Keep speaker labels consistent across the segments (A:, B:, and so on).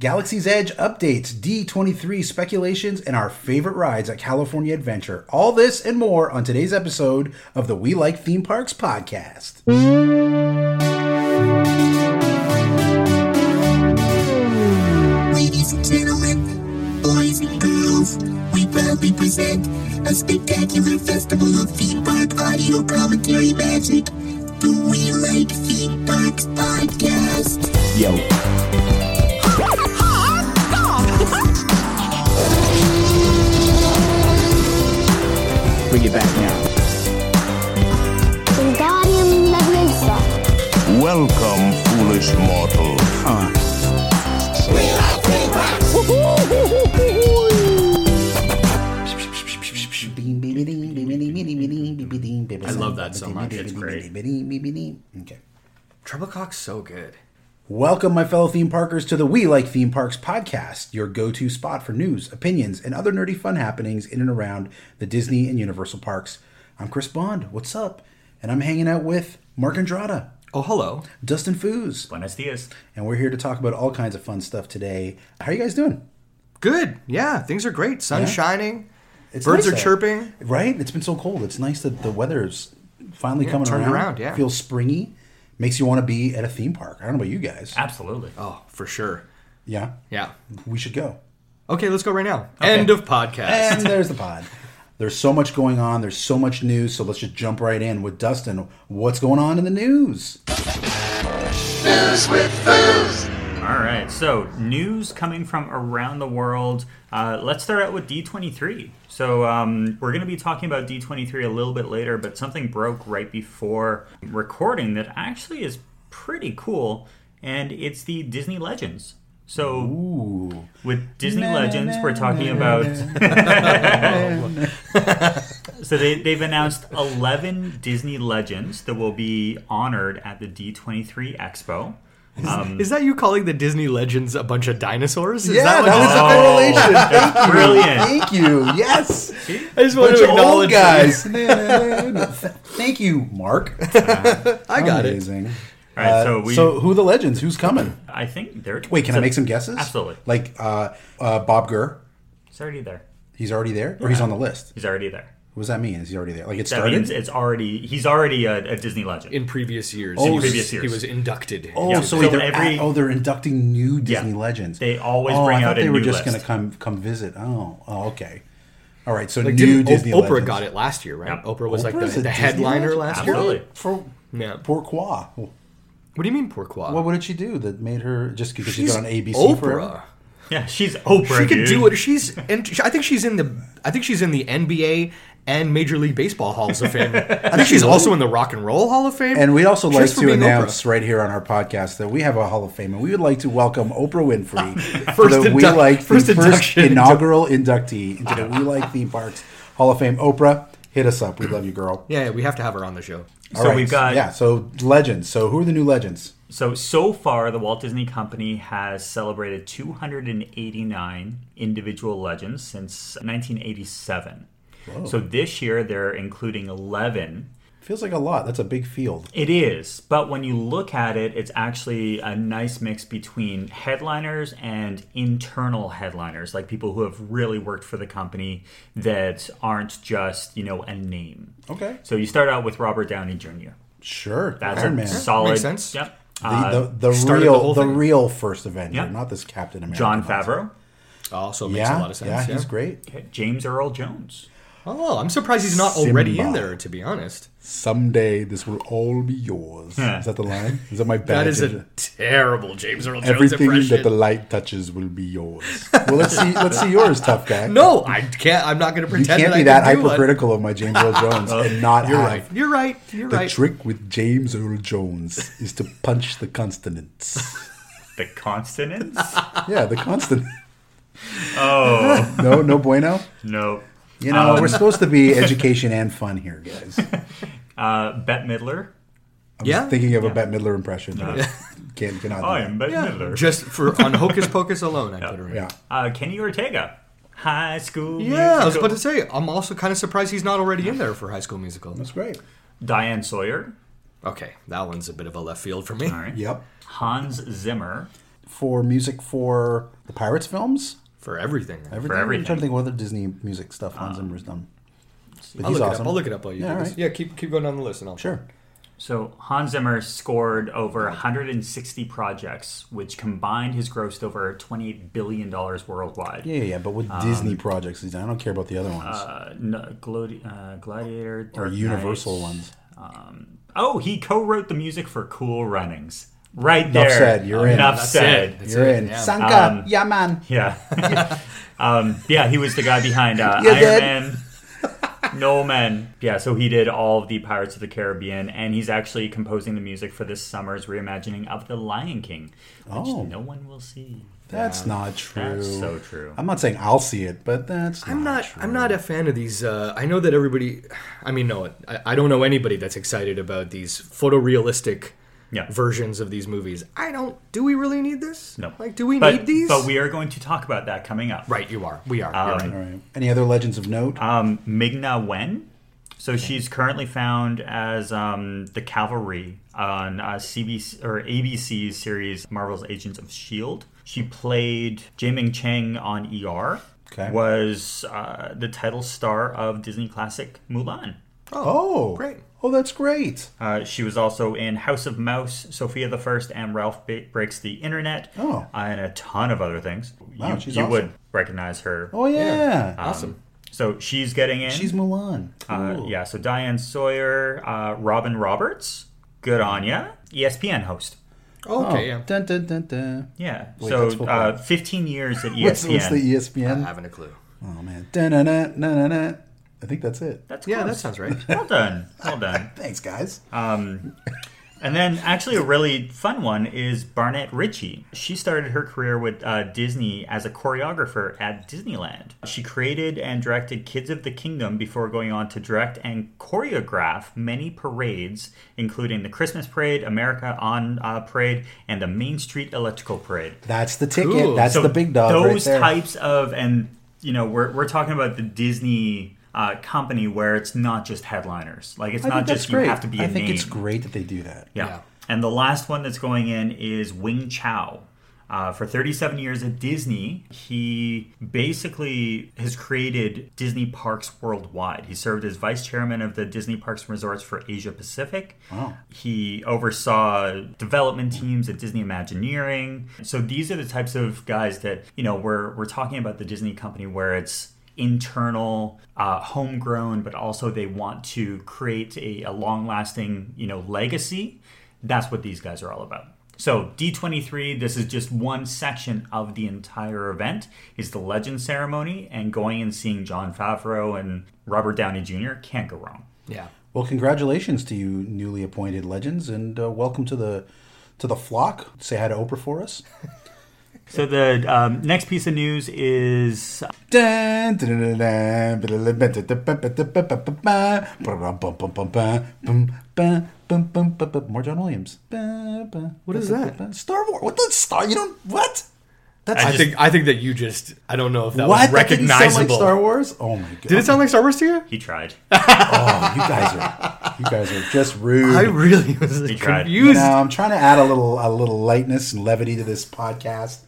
A: Galaxy's Edge updates, D23 speculations, and our favorite rides at California Adventure. All this and more on today's episode of the We Like Theme Parks podcast.
B: Ladies and gentlemen, boys and girls, we proudly present a spectacular festival of theme park audio commentary magic, the We Like Theme Parks podcast.
C: Yo, bring it back now.
B: Wingardium Leviosa.
D: Welcome, foolish mortal.
A: I
E: love that so much. It's great.
A: Okay.
E: Treblecock's so good.
A: Welcome, my fellow theme parkers, to the We Like Theme Parks podcast, your go to spot for news, opinions, and other nerdy fun happenings in and around the Disney and Universal parks. I'm Chris Bond. What's up? And I'm hanging out with Mark Andrada,
E: Oh, hello.
A: Dustin Foos,
E: Buenos dias.
A: and we're here to talk about all kinds of fun stuff today. How are you guys doing?
E: Good. Yeah, things are great. Sun's shining.
A: It's
E: Birds
A: nice
E: are
A: out.
E: chirping.
A: Right? It's been so cold. It's nice that the weather's finally coming
E: turned
A: around.
E: around, yeah.
A: Feels springy. Makes you want to be at a theme park. I don't know about you guys.
F: Absolutely.
E: Oh, for sure.
A: yeah.
E: Yeah.
A: We should go.
E: Okay, let's go right now. End of podcast.
A: And there's the pod. There's so much going on. There's so much news. So let's just jump right in with Dustin. What's going on in the news?
F: All right. So, news coming from around the world. Uh, let's start out with D23. So, um, we're going to be talking about D23 a little bit later, but something broke right before recording that actually is pretty cool, and it's the Disney Legends. So, with Disney Legends, we're talking about. so they, they've announced 11 Disney Legends that will be honored at the D23 Expo. Um,
E: Is that you calling the Disney legends a bunch of dinosaurs? Is
A: yeah,
E: that
A: that,
E: what you-
A: was a revelation. Thank you. Oh.
F: Brilliant.
A: Thank you. Yes.
E: I just
A: Bunch
E: wanted
A: of
E: to
A: old
E: acknowledge
A: guys. Thank you, Mark.
E: I got it.
A: Amazing.
F: All right, so we.
A: Uh, so who are the legends? Who's coming?
F: I think they're.
A: Wait, can I
F: so-
A: make some guesses?
F: Absolutely.
A: Like uh, uh, Bob Gurr,
F: It's already there.
A: he's already there, or he's on the list.
F: He's already there.
A: What does that mean? Is he already there? Like it
F: That
A: started?
F: means it's already. He's already a, a Disney legend.
E: In previous years,
A: Oh,
E: he, was,
F: previous
E: he
F: years.
E: was inducted.
A: oh,
F: yeah,
A: so,
F: so
A: wait, they're
F: every-
A: at- oh, they're inducting new
F: Yeah.
A: Disney legends.
F: They always
A: oh,
F: bring
A: I
F: out
A: thought
F: a
A: they were
F: new
A: just
F: list.
A: to come come visit. Oh, oh, okay. All right, so
E: Like,
A: new
E: didn't- O-
A: Disney.
E: Oprah
A: legends.
E: got it last year, right?
F: Yeah.
E: Oprah was like
A: Oprah's
E: the,
A: a
E: the
A: Disney
E: headliner
A: legend?
E: last year.
F: Absolutely.
A: for
E: Yeah.
A: pourquoi?
E: What do you mean, pourquoi?
A: What, what did she do that made her just because she's on ABC
E: Oprah.
A: forever?
F: Yeah, she's Oprah.
E: She could
F: dude.
E: do what she's. And she- I think she's in the. I think she's in the NBA and Major League Baseball halls of fame. I think she's also in the Rock and Roll Hall of Fame.
A: And we'd also like
E: Just for
A: to
E: being
A: announce
E: Oprah.
A: right here on our podcast that we have a Hall of Fame, and we would like to welcome Oprah Winfrey for
E: First
A: the We
E: induct-
A: Like the
E: first
A: first
E: induction into-
A: inaugural inductee into the We Like Theme Parks Hall of Fame. Oprah, hit us up. We love you, girl.
E: Yeah, yeah, we have to have her on the show.
F: So we've got-
A: yeah. So legends. So who are the new legends?
F: So so far, the Walt Disney Company has celebrated 289 individual legends since 1987. So this year, they're including 11
A: Feels like a lot. That's a big field.
F: It is, but when you look at it, it's actually a nice mix between headliners and internal headliners, like people who have really worked for the company that aren't just, you know, a name.
A: Okay.
F: So you start out with Robert Downey Jr.
A: Sure.
F: That's
A: Iron
F: a
A: Man.
F: solid.
E: Makes sense.
F: Yep. Uh,
A: the the, the
E: started the
A: real
E: whole
A: the,
E: thing.
A: real first Avenger,
F: Yeah.
A: not this Captain America.
F: John
A: nonsense.
F: Favreau,
E: Also
A: Yeah,
E: makes a lot of sense.
A: yeah, he's great.
F: James Earl Jones.
E: Oh, I'm surprised he's not already in
A: Simba.
E: there. To be honest,
A: Someday this will all be yours.
F: Yeah.
A: Is that the line? Is that my bad?
E: that is
A: Ginger?
E: a terrible James Earl Jones
A: Everything
E: impression.
A: that the light touches will be yours. Well, let's see. Let's see yours, tough guy.
E: no, I can't. I'm not going to
A: you
E: pretend.
A: can't
E: that
A: be
E: I
A: that
E: can do one. Uh,
A: hypercritical of my James Earl Jones and not
E: You're
A: have
E: right. You're right. You're
A: The
E: right.
A: trick with James Earl Jones is to punch the consonants.
F: The consonants?
A: yeah, the consonant. Oh no, no bueno.
F: no.
A: You
E: Um,
A: know we're supposed to be education and fun here, guys.
F: Uh, Bette Midler.
E: yeah. Oh,
A: Thinking of a Bette Midler impression, but can't cannot. do
F: I
A: that.
F: am Bette
E: yeah.
F: Midler.
E: Just for on Hocus Pocus alone, I put her in.
A: Yeah,
F: uh, Kenny Ortega. High School
E: Yeah, I was
F: Musical.
E: about to say. I'm also kind of surprised he's not already in there for High School Musical.
A: that's great.
F: Diane Sawyer.
E: Okay, that one's a bit of a left field for me.
F: All right.
A: Yep.
F: Hans Zimmer.
A: For music for the Pirates films,
E: For everything. Uh,
A: everything. I'm
F: everything.
A: trying to think what other Disney music stuff Hans Zimmer's done. But
E: I'll
A: he's
E: look it
A: awesome.
E: up. I'll look it up while you
A: Yeah,
E: do
A: all
E: this.
A: right.
E: Yeah, keep keep going down the list, and I'll
A: Sure.
F: So Hans Zimmer scored over 160 projects, which combined has grossed over 28 billion dollars worldwide.
A: Yeah, yeah, yeah. But with
E: Um,
A: Disney projects he's done, I don't care about the other ones
F: Uh, no, Gladi- uh, Gladiator
A: or
F: Dark
A: Universal
F: Knight.
A: ones.
F: Oh, he co-wrote the music for Cool Runnings. Right there.
A: Enough said. You're in.
F: Enough
E: That's
F: said.
E: it. That's
A: You're
E: it,
A: in.
E: yeah.
A: Sanka, Yaman.
F: Yeah. um, yeah, he was the guy behind uh,
A: You're
F: Iron
A: dead.
F: Man. No Man. Yeah, so he did all of the Pirates of the Caribbean, and he's actually composing the music for this summer's reimagining of The Lion King, which
A: Oh.
F: no one will see.
A: That's not true.
F: That's so true.
A: I'm not saying I'll see it, but that's
E: I'm not.
A: true.
E: I'm not a fan of these. Uh, I know that everybody. I mean, no, I, I don't know anybody that's excited about these photorealistic
F: Yeah.
E: versions of these movies. I don't. Do we really need this?
F: No.
E: Like, do we
F: But-
E: need these?
F: But we are going to talk about that coming up.
E: Right, you are. We are. You're right.
A: All right. Any other legends of note?
E: Uh,
F: Um, Migna Wen. So she's currently found as um, the cavalry on uh, CBC or ABC's series Marvel's Agents of Shield. E She played Jaiming Cheng on ER.
A: Okay.
F: Was uh, the title star of Disney classic Mulan.
A: oh,
E: great.
A: Oh, that's great.
F: Uh, she was also in House of Mouse, Sophia the First, and Ralph Ba Breaks the Internet,
A: Oh.
F: uh, and a ton of other things.
A: Wow,
F: you
A: she's
F: you
A: awesome.
F: would recognize her.
A: Oh yeah,
E: Awesome.
F: So she's getting in.
A: she's Mulan.
F: Uh,
A: Cool.
F: yeah, so Diane Sawyer, uh, Robin Roberts, good on ya, E ESPN host.
E: Oh,
A: Oh,
E: okay. Yeah.
A: dun, dun, dun, dun.
F: Yeah,
A: Wait,
F: so
A: that's football.
F: uh, 15 years at
E: E
F: E ESPN.
A: What's, what's the E
E: I'm
A: ESPN?
E: having a clue.
A: Oh man, dun, dun, dun, dun, dun, dun. I think that's it.
F: That's
E: Yeah, that
F: close.
E: sounds right.
F: well done, well done.
A: Thanks, guys.
F: And then, actually, a really fun one is Barnett Ritchie. She started her career with uh, Disney as a choreographer at Disneyland. She created and directed Kids of the Kingdom before going on to direct and choreograph many parades, including the Christmas Parade, America On uh, Parade, and the Main Street Electrical Parade.
A: that's the ticket.
E: Cool.
A: That's
F: So
A: the big dog right
F: Those
A: there.
F: types of, and you know, we're we're talking about the Disney uh, company where it's not just headliners. Like it's
A: I
F: not
A: think that's
F: just you
A: great.
F: have to be.
A: I
F: a
A: think
F: name.
A: it's great that they do that.
F: Yeah.
E: Yeah.
F: And the last one that's going in is Wing Chow. Uh, for 37 years at Disney, he basically has created Disney parks worldwide. He served as vice chairman of the Disney Parks and Resorts for Asia Pacific. Wow. He oversaw development teams at Disney Imagineering. So these are the types of guys that, you know, we're, we're talking about the Disney company where it's internal uh, homegrown but also they want to create a, a long-lasting you know legacy that's what these guys are all about so d23 this is just one section of the entire event is the legend ceremony and going and seeing john favreau and robert downey jr can't go wrong
E: Yeah.
A: Well, congratulations to you newly appointed legends, and uh, welcome to the to the flock. Say hi to Oprah for us.
F: so the um, next piece of news is
A: Dun, dun, dun, dun, dun, dun, dun, dun, dun, dun, dun, dun, dun, dun, dun, dun, dun, dun, dun, dun, dun, dun, dun, dun. More John Williams. What
E: is that?
A: Star Wars. What the Star? You don't what?
E: I, think. I think that you just. I don't know if that was
A: That didn't sound
E: recognizable.
A: like Star Wars. Oh my god!
E: Did it sound like Star Wars to you?
F: he tried
A: Oh, you guys are you guys are just rude.
E: I really was
F: tried.
E: confused.
A: Now I'm trying to add a little a little lightness and levity to this podcast.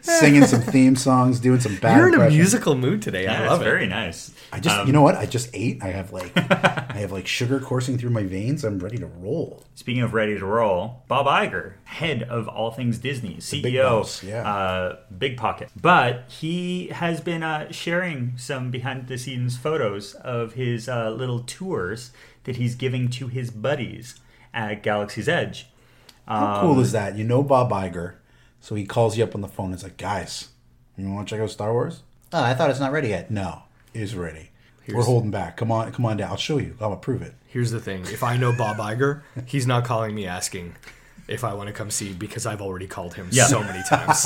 A: singing some theme songs, doing some bad.
E: You're in a
A: impressions.
E: musical mood today.
F: Yeah,
E: I love
F: it's
E: it.
F: very nice.
A: I just, you know what? I just ate. I have like, I have like sugar coursing through my veins. I'm ready to roll.
F: Speaking of ready to roll, Bob Iger, head of all things Disney, CEO,
A: big boss, yeah.
F: uh, Big Pocket. But he has been uh, sharing some behind the scenes photos of his uh, little tours that he's giving to his buddies at Galaxy's Edge.
A: How cool is that? You know Bob Iger, so he calls you up on the phone. and It's like, guys, you want to check out Star Wars? Oh, I thought it's not ready yet. No, it is ready. We're holding back. Come on, come on down. I'll show you. I'll approve it.
E: Here's the thing: if I know Bob Iger, he's not calling me asking if I want to come see because I've already called him
F: Yeah. Um,
E: so many times.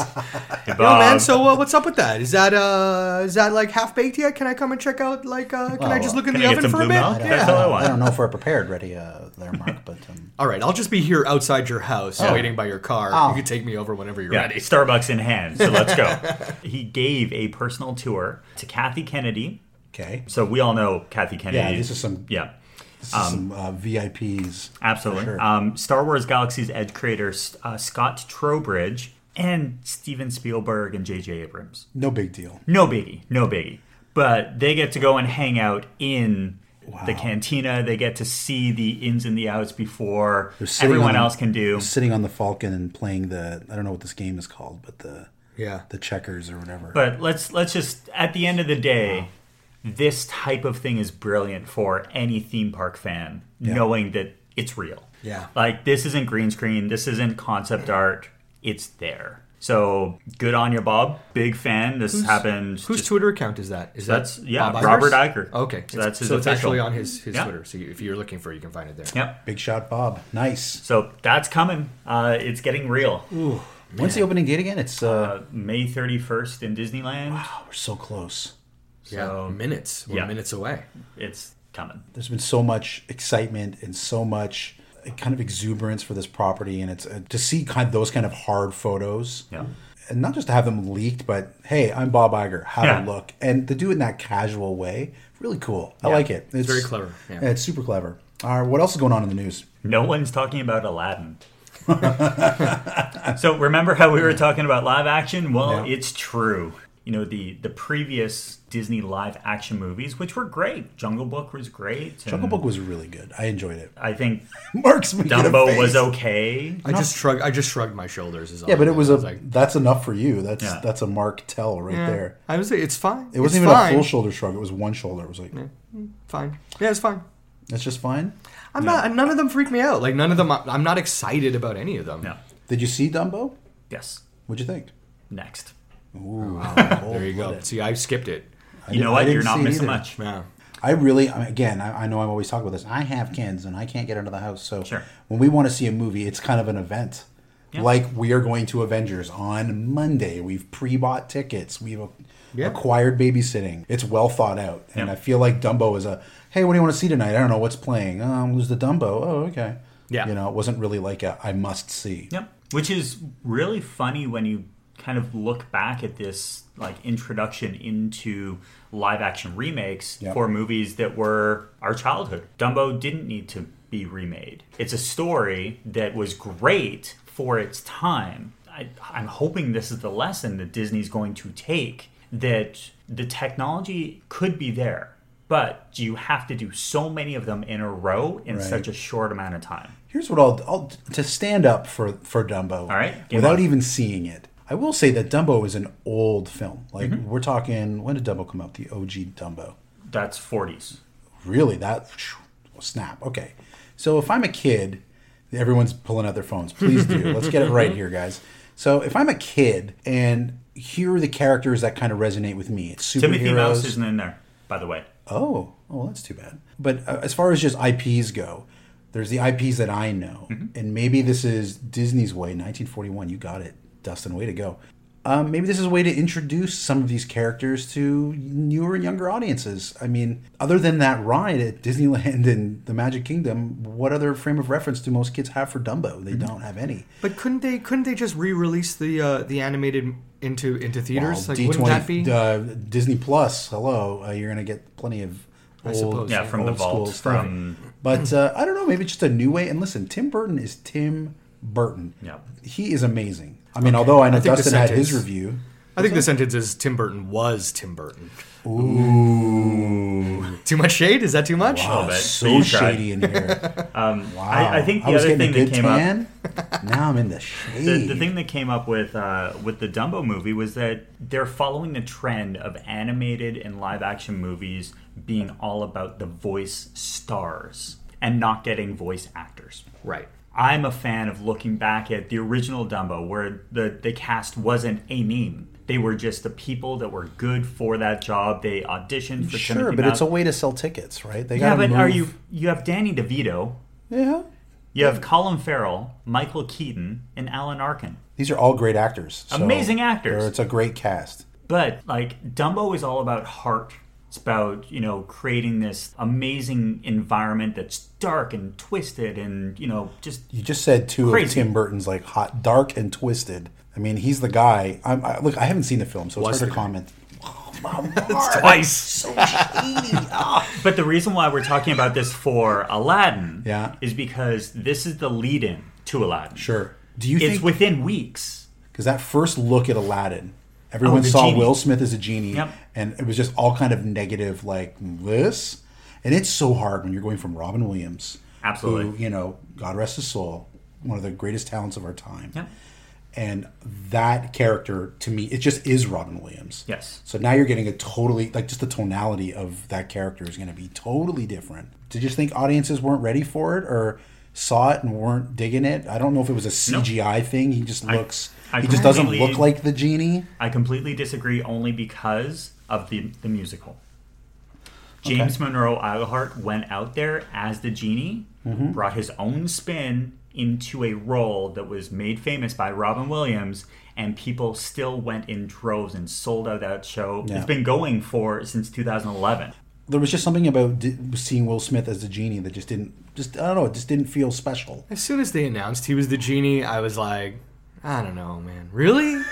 F: Hey,
E: Oh
F: Bob,
E: man, so uh, what's up with that? Is that uh, is that like half baked yet? Can I come and check out? Like, uh, can I just look in
F: can
E: the
F: I get
E: oven
F: some
E: for a
F: blue
E: bit?
F: milk?
E: Yeah.
F: That's all I want.
C: I don't know if we're prepared ready uh, there, Mark, but um,
E: All right, I'll just be here outside your house, waiting by your car. You can take me over whenever you're
F: Yeah,
E: ready.
F: Starbucks in hand. So let's go. he gave a personal tour to Kathy Kennedy.
A: Okay,
F: So we all know Kathy Kennedy.
A: Yeah, this is some-
F: Yeah.
A: this is
F: Um,
A: some uh, VIPs.
F: Absolutely.
A: sure.
F: Um, Star Wars Galaxy's Edge creator uh, Scott Trowbridge and Steven Spielberg and J.J. Abrams.
A: No big deal.
F: No biggie. No biggie. But they get to go and hang out in the cantina. They get to see the ins and the outs before
A: They're sitting
F: everyone
A: on the-
F: else can do.
A: they're Sitting on the Falcon and playing the I don't know what this game is called, but the
E: Yeah.
A: the checkers or whatever.
F: But let's let's just at the end of the day, this type of thing is brilliant for any theme park fan, knowing that it's real.
E: Yeah.
F: Like this isn't green screen, this isn't concept art, it's there. So good on you, Bob. Big fan. This happened.
E: Whose
F: just-
E: Twitter account is that? Is
F: That's-
E: that
F: yeah,
E: Bob
F: Robert
E: Iger's?
F: Iger.
E: Okay,
F: So that's his
E: so it's actually
F: official.
E: on his his
F: Yeah.
E: Twitter. So you, if you're looking for it, you can find it there.
F: Yep.
A: big shot, Bob. Nice.
F: So that's coming. Uh, it's getting real.
C: when's the opening date again? It's uh,
F: Uh, May 31st in Disneyland.
A: Oh, we're so close.
E: Yeah, minutes. We're
F: yeah.
E: minutes away.
F: It's coming.
A: there's been so much excitement and so much uh, kind of exuberance for this property and it's uh, to see kind of those kind of hard photos
F: Yeah.
A: and not just to have them leaked but hey i'm bob Iger have
F: Yeah.
A: a look and to do it in that casual way really cool i like it it's,
E: very clever, yeah.
A: it's super clever all right what else is going on in the news
F: No one's talking about Aladdin. so remember how we were talking about live action? Well,
A: Yeah.
F: it's true. You know the the previous Disney live action movies, which were great. Jungle Book was great. and
A: jungle book was really good i enjoyed it
F: I think
A: mark's making a
F: Dumbo
A: face.
F: was okay.
E: I just shrugged. I just shrugged my shoulders. Is all
A: yeah but
E: I
A: it
E: did.
A: was
E: I
A: a
E: like,
A: that's enough for you that's
F: Yeah.
A: that's a mark tell right there
E: I was like, it's fine.
A: it wasn't
E: It's
A: even
E: fine.
A: a full shoulder shrug it was one shoulder it was like
E: Fine. Yeah, it's fine.
A: that's just fine
E: I'm not. None of them freak me out. Like none of them. I'm not excited about any of them.
F: No.
A: did you see dumbo
F: Yes.
A: what'd you think
F: Next.
E: There you go. See, I skipped it.
F: You know
A: I
F: what?
A: didn't
F: You're not
A: see it
F: missing
A: either.
F: much.
E: Yeah.
A: I really, I mean, again, I, I know I'm always talking about this. I have kids and I can't get out of the house. So
F: Sure.
A: when we want to see a movie, it's kind of an event. Like we are going to Avengers on Monday. We've pre bought tickets, we've a-
E: Yeah.
A: acquired babysitting. It's well thought out. And
F: Yeah.
A: I feel like Dumbo is a hey, what do you want to see tonight? I don't know what's playing. Oh, who's the Dumbo? Oh, okay.
E: Yeah.
A: You know, it wasn't really like a I must see.
F: Yep. Which is really funny when you kind of look back at this like introduction into live action remakes
A: Yep.
F: for movies that were our childhood. Dumbo didn't need to be remade. It's a story that was great for its time. I, I'm hoping this is the lesson that Disney's going to take that the technology could be there, but you have to do so many of them in a row in such a short amount of time.
A: Here's what I'll, I'll to stand up for for Dumbo. All
F: right, game
A: without
F: on.
A: even seeing it, I will say that Dumbo is an old film. Like
F: Mm-hmm.
A: we're talking, when did Dumbo come out? The OG Dumbo.
F: That's 40s.
A: Really, that phew, snap. Okay, so if I'm a kid, everyone's pulling out their phones. Please do. Let's get it right here, guys. So if I'm a kid and here are the characters that kind of resonate with me. It's superheroes.
F: Timothy Mouse isn't in there, by the way.
A: Oh, oh, well, that's too bad. But uh, as far as just IPs go, there's the IPs that I know, and maybe this is Disney's way. 1941, you got it, Dustin. Way to go. Um, maybe this is a way to introduce some of these characters to newer and younger audiences. I mean, other than that ride at Disneyland and the Magic Kingdom, what other frame of reference do most kids have for Dumbo? They don't have any.
E: But couldn't they? Couldn't they just re-release the uh, the animated into into theaters?
A: Well,
E: like, wouldn't that be?
A: uh, Disney Plus. Hello, uh, you're gonna get plenty of old,
E: suppose,
F: Yeah, yeah. from the
A: old school
F: vault,
A: stuff.
F: from-
A: But uh, I don't know, maybe just a new way. And listen, Tim Burton is Tim Burton.
F: Yeah.
A: He is amazing. I mean, although I know
E: think the
A: Dustin had his
E: sentence-
A: review.
E: I think the sentence is Tim Burton was Tim Burton. Ooh. too much shade? Is that too much?
F: Wow. bit, but
A: so
F: you tried. Um,
A: shady in here. wow.
F: I- I think the
A: was
F: other
A: getting
F: thing
A: a
F: that
A: good
F: came up-
A: tan. up. Now I'm in the shade.
F: The,
C: E.
F: the thing that came up with uh, with the Dumbo movie was that they're following the trend of animated and live action movies being all about the voice stars and not getting voice actors.
E: Right.
F: I'm a fan of looking back at the original Dumbo, where the, the cast wasn't a name. They were just the people that were good for that job. They auditioned for
C: Sure,
F: Timothy
C: but it's a
F: Mall-
C: way to sell tickets, right? They
F: yeah.
C: gotta
F: But are
C: move-
F: you you have Danny DeVito,
C: Yeah.
F: you have Colin Farrell, Michael Keaton, and Alan Arkin.
A: These are all great actors. so
F: Amazing actors.
A: they're- It's a great cast.
F: But like Dumbo is all about heart. It's about, you know, creating this amazing environment that's dark and twisted and, you know, just
A: You just said two
F: Crazy.
A: of Tim Burton's like hot, dark, and twisted. I mean, he's the guy. I'm, I, look, I haven't seen the film, so it's
E: Was
A: hard
E: the
A: to comment.
E: Twice.
A: Ah.
F: But the reason why we're talking about this for Aladdin
A: Yeah.
F: is because this is the lead in to Aladdin.
A: Sure. Do you
F: It's
A: think
F: within weeks.
A: because that first look at Aladdin, everyone
F: Oh, the
A: saw
F: genie.
A: Will Smith as a genie,
F: Yep.
A: and it was just all kind of negative, like this. And it's so hard when you're going from Robin Williams,
F: Absolutely.
A: who, you know, God rest his soul, one of the greatest talents of our time,
F: Yep.
A: and that character to me, it just is Robin Williams.
F: Yes.
A: So now you're getting a totally like just the tonality of that character is going to be totally different. Did you just think audiences weren't ready for it or saw it and weren't digging it? I don't know if it was a CGI thing. He just looks
F: I
A: he just doesn't
F: completely-
A: look like the genie.
F: I completely disagree only because of the, the musical. James Monroe Iglehart went out there as the genie,
E: Mm-hmm.
F: brought his own spin into a role that was made famous by Robin Williams, and people still went in droves and sold out that show.
A: Yeah.
F: It's been going for since 2011.
A: There was just something about di- seeing Will Smith as the genie that just didn't just I don't know, it just didn't feel special.
E: As soon as they announced he was the genie, I was like, I don't know, man. Really?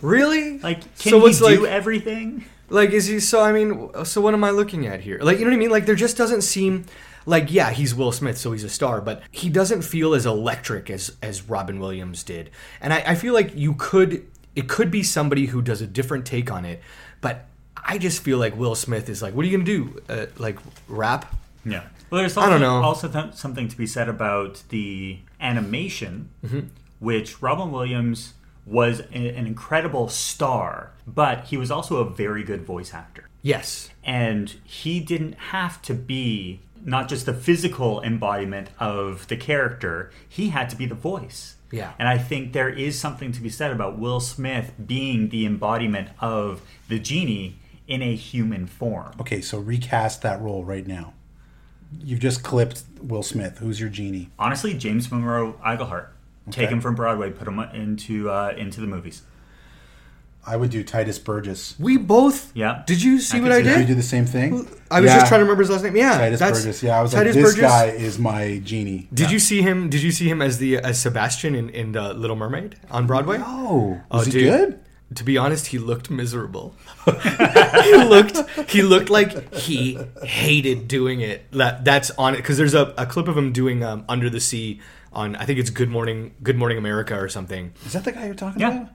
E: really?
F: Like, can
E: so
F: he
E: what's
F: do
E: like,
F: everything?
E: like is he so i mean so what am i looking at here like you know what i mean like there just doesn't seem like yeah he's will smith so he's a star but he doesn't feel as electric as as robin williams did and i, I feel like you could it could be somebody who does a different take on it but i just feel like will smith is like what are you gonna do uh, like rap
F: Yeah. Well, there's also,
E: I don't know.
F: also th- something to be said about the animation,
E: Mm-hmm.
F: which Robin Williams was a- an incredible star, but he was also a very good voice actor.
E: yes
F: And he didn't have to be not just the physical embodiment of the character, he had to be the voice.
E: Yeah.
F: And I think there is something to be said about Will Smith being the embodiment of the genie in a human form.
A: Okay, so recast that role right now. You've just clipped Will Smith. Who's your genie?
F: honestly, James Monroe Iglehart. Take
A: Okay.
F: him from Broadway, put him into uh, into the movies.
A: I would do Titus Burgess.
E: we both
F: Yeah.
E: did you see
F: I
E: what
F: can
E: i
F: see
A: Did you do
E: did
A: the same thing?
E: i was
A: Yeah.
E: just trying to remember his last name yeah
A: Titus
E: that's-
A: Burgess. Yeah, I was
E: Titus
A: like, this
E: Burgess.
A: guy is my genie.
E: Did you see him? Did you see him as the as Sebastian in, in the Little Mermaid on Broadway?
A: Oh, was he
E: dude.
A: good?
E: To be honest, he looked miserable. he looked he looked like he hated doing it. That that's on it because there's a, a clip of him doing um, Under the Sea on I think it's Good Morning Good Morning America or something.
A: Is that the guy you're talking
F: Yeah.
A: about?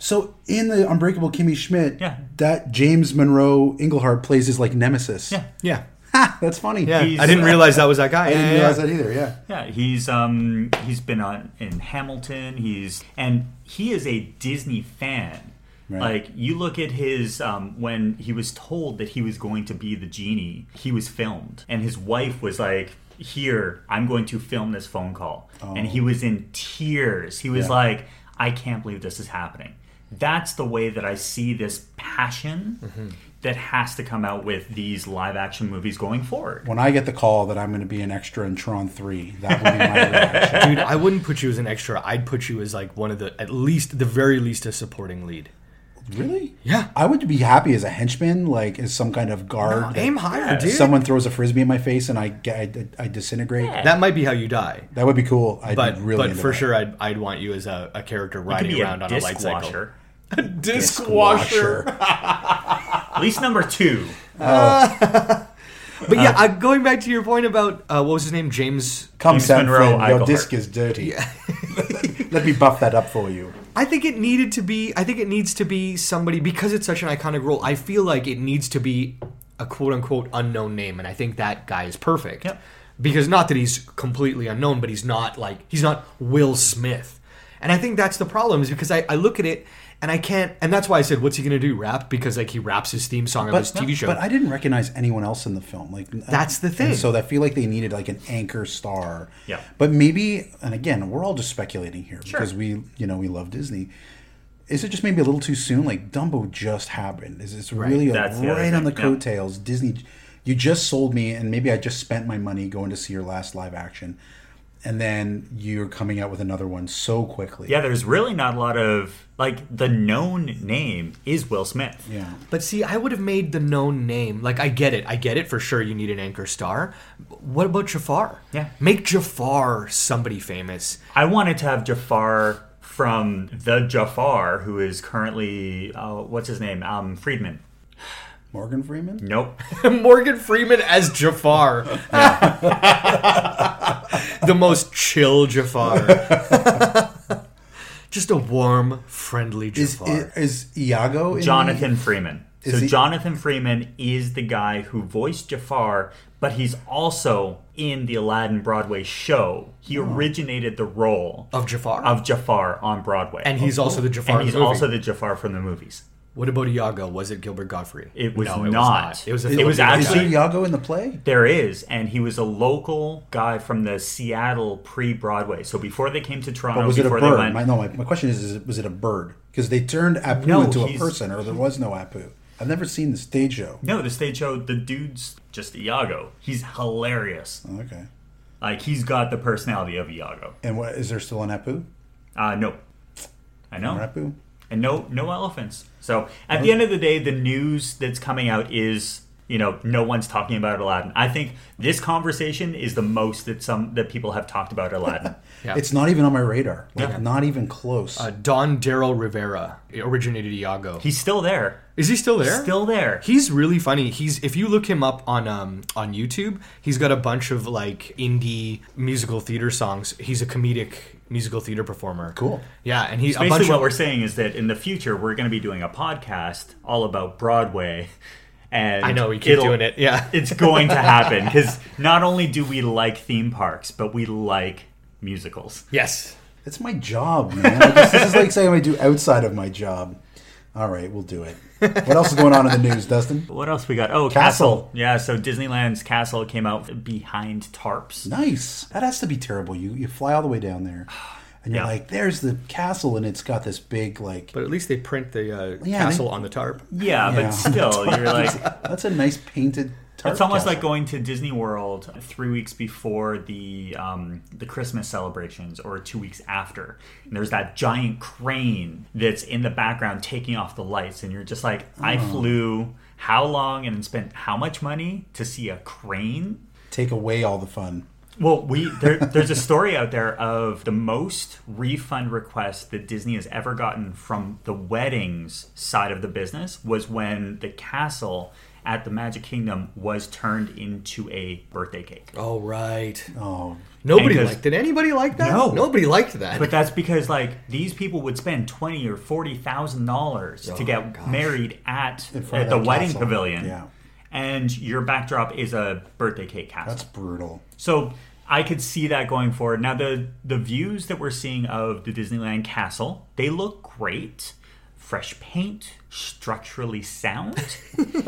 A: So in the Unbreakable Kimmy Schmidt,
F: Yeah.
A: that James Monroe Englehart plays his like nemesis.
F: Yeah,
E: Yeah,
A: That's funny.
E: yeah.
F: He's-
E: I didn't realize that was that guy.
A: I didn't
E: Yeah, yeah,
A: realize
E: yeah.
A: that either. Yeah.
F: yeah. He's um he's been on in Hamilton. He's and he is a Disney fan.
A: Right.
F: Like you look at his um, when he was told that he was going to be the genie, he was filmed, and his wife was like, "Here, I'm going to film this phone call," and
E: Oh.
F: he was in tears. He was
A: Yeah.
F: like, "I can't believe this is happening." That's the way that I see this passion
E: Mm-hmm.
F: that has to come out with these live action movies going forward.
A: When I get the call that I'm going to be an extra in Tron Three, that would be my reaction.
E: Dude, I wouldn't put you as an extra. I'd put you as like one of the at least the very least a supporting lead.
A: Really?
E: Yeah.
A: I would be happy as a henchman, like as some kind of guard. that-
E: Aim higher, dude.
A: Someone throws a frisbee in my face and I get, I, I disintegrate.
E: That might be how you die.
A: That would be cool. I'd
E: but
A: be really
E: but
A: into
E: for
A: that.
E: sure, I'd, I'd want you as a, a character
F: Could
E: riding
F: be
E: around
F: a
E: on a light
F: disc
E: cycle.
F: washer.
E: Disc
A: Washer.
F: At least number two.
E: But yeah, I, going back to your point about uh, what was his name, James.
A: Come,
F: James
A: Sam
F: Monroe,
A: Flynn, your
F: Eichelhart.
A: disc is dirty. Let me buff that up for you.
E: I think it needed to be. I think it needs to be somebody because it's such an iconic role. I feel like it needs to be a quote unquote unknown name, and I think that guy is perfect.
F: Yep.
E: Because not that he's completely unknown, but he's not like he's not Will Smith, and I think that's the problem. Is because I, I look at it and I can't, and that's why I said, what's he gonna do? Rap? Because like he raps his theme song of his TV show.
A: But I didn't recognize anyone else in the film. Like
E: That's the
A: and
E: thing.
A: So I feel like they needed like an anchor star.
F: Yeah.
A: But maybe, and again, we're all just speculating here
F: Sure.
A: because we, you know, we love Disney. Is it just maybe a little too soon? Like Dumbo just happened. Is it's really a-
F: that's the other
A: right on the
F: thing, yeah.
A: coattails? Disney, you just sold me, and maybe I just spent my money going to see your last live action, and then you're coming out with another one so quickly.
F: Yeah, there's really not a lot of like the known name is Will Smith.
A: Yeah.
E: But see, I would have made the known name. Like, I get it. I get it for sure. You need an anchor star. What about Jafar?
F: Yeah.
E: Make Jafar somebody famous.
F: I wanted to have Jafar from the Jafar, who is currently uh, what's his name? Um, Friedman.
A: Morgan Freeman.
F: Nope.
E: Morgan Freeman as Jafar. the most chill Jafar. Just a warm, friendly
A: Is,
E: Jafar.
A: is is Iago in the-
F: Jonathan Freeman. So
A: he-
F: Jonathan Freeman is the guy who voiced Jafar, but he's also in the Aladdin Broadway show. He originated the role
E: Oh. of Jafar.
F: of Jafar on Broadway.
E: and he's also the Jafar.
F: And
E: in
F: he's
E: the movie.
F: also the Jafar from the movies.
E: What about Iago? Was it Gilbert Godfrey?
F: It was
E: No,
F: not.
E: It was a
F: It
E: film
F: was
E: guy.
A: Is there
F: actually-
A: Iago in the play?
F: There is, and he was a local guy from the Seattle pre-Broadway. So before they came to Toronto,
A: But was it a
F: before they
A: bird?
F: went,
A: My, no, my, my question is, is it, was it a bird? Because they turned Apu
F: No,
A: into a
F: he's-
A: person, or there was no Apu. I've never seen the stage show.
F: no, the stage show, the dude's just Iago. He's hilarious.
A: Oh, Okay.
F: Like he's got the personality of Iago.
A: And what is there still an Apu?
F: Uh, no, I know.
A: Or Apu?
F: and no no elephants. So at the end of the day, the news that's coming out is you know no one's talking about Aladdin. I think this conversation is the most that some that people have talked about Aladdin.
E: Yeah.
A: It's not even on my radar. Like, Not even close.
E: Uh, Don Daryl Rivera originated Iago.
F: He's still there,
E: Is he still there?
F: still there.
E: He's really funny. He's if you look him up on um on YouTube, he's got a bunch of like indie musical theater songs. He's a comedic musical theater performer.
A: Cool.
E: Yeah, and he's a bunch
F: Basically, what
E: of
F: we're saying is that in the future we're going to be doing a podcast all about Broadway. And
E: I know, we keep
F: it'll-
E: doing it, yeah.
F: it's going to happen because not only do we like theme parks, but we like musicals.
E: Yes.
A: it's my job, man. I guess this is like something I do outside of my job. All right, we'll do it. What else is going on in the news, Dustin?
F: What else we got? Oh, Castle. Yeah, so Disneyland's Castle came out behind tarps.
A: Nice. That has to be terrible. You you fly all the way down there, and you're
F: Yeah.
A: like, there's the castle, and it's got this big like.
E: But at least they print the uh,
A: Yeah,
E: castle
A: they-
E: on the tarp.
F: Yeah,
A: Yeah.
F: but still, you're like,
A: That's a nice painted. tarp
F: it's almost
A: castle.
F: like going to Disney World three weeks before the um, the Christmas celebrations, or two weeks after. And there's that giant crane that's in the background taking off the lights, and you're just like, I
A: Hmm.
F: flew how long and spent how much money to see a crane?
A: take away all the fun.
F: Well, we there, there's a story out there of the most refund requests that Disney has ever gotten from the weddings side of the business was when the castle at the Magic Kingdom was turned into a birthday cake.
E: Oh right.
A: Oh,
E: Nobody
F: Because-
E: liked it. Anybody like that?
F: No.
E: Nobody liked that.
F: But that's because like these people would spend twenty or forty thousand dollars to get married at
A: Oh, In front
F: at
A: of
F: the
A: that
F: wedding
A: castle.
F: pavilion.
A: Yeah.
F: And your backdrop is a birthday cake castle.
A: that's brutal.
F: So I could see that going forward. Now the the views that we're seeing of the Disneyland castle, they look great. Fresh paint, structurally sound.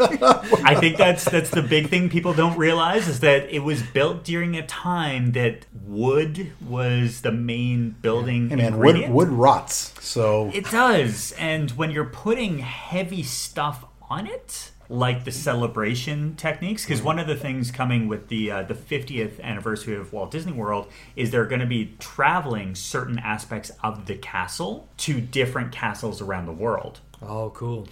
F: I think that's that's the big thing people don't realize is that it was built during a time that wood was the main building
A: Hey man, wood
F: ingredient.
A: wood rots. So
F: It does. And when you're putting heavy stuff on it, like the celebration techniques, because one of the things coming with the uh, the 50th anniversary of Walt Disney World is they're going to be traveling certain aspects of the castle to different castles around the world.
E: oh cool.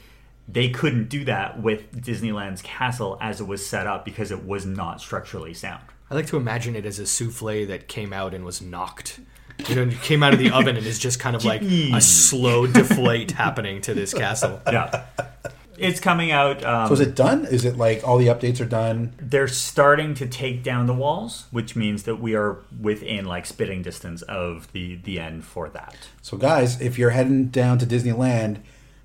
F: They couldn't do that with Disneyland's castle as it was set up because it was not structurally sound.
E: I like to imagine it as a souffle that came out and was knocked. You know, it came out of the oven and is just kind of like a slow deflate happening to this castle.
F: Yeah. uh, it's coming out. Um,
A: So is it done? Is it like all the updates are done?
F: they're starting to take down the walls, which means that we are within like spitting distance of the the end for that.
A: So guys, if you're heading down to Disneyland,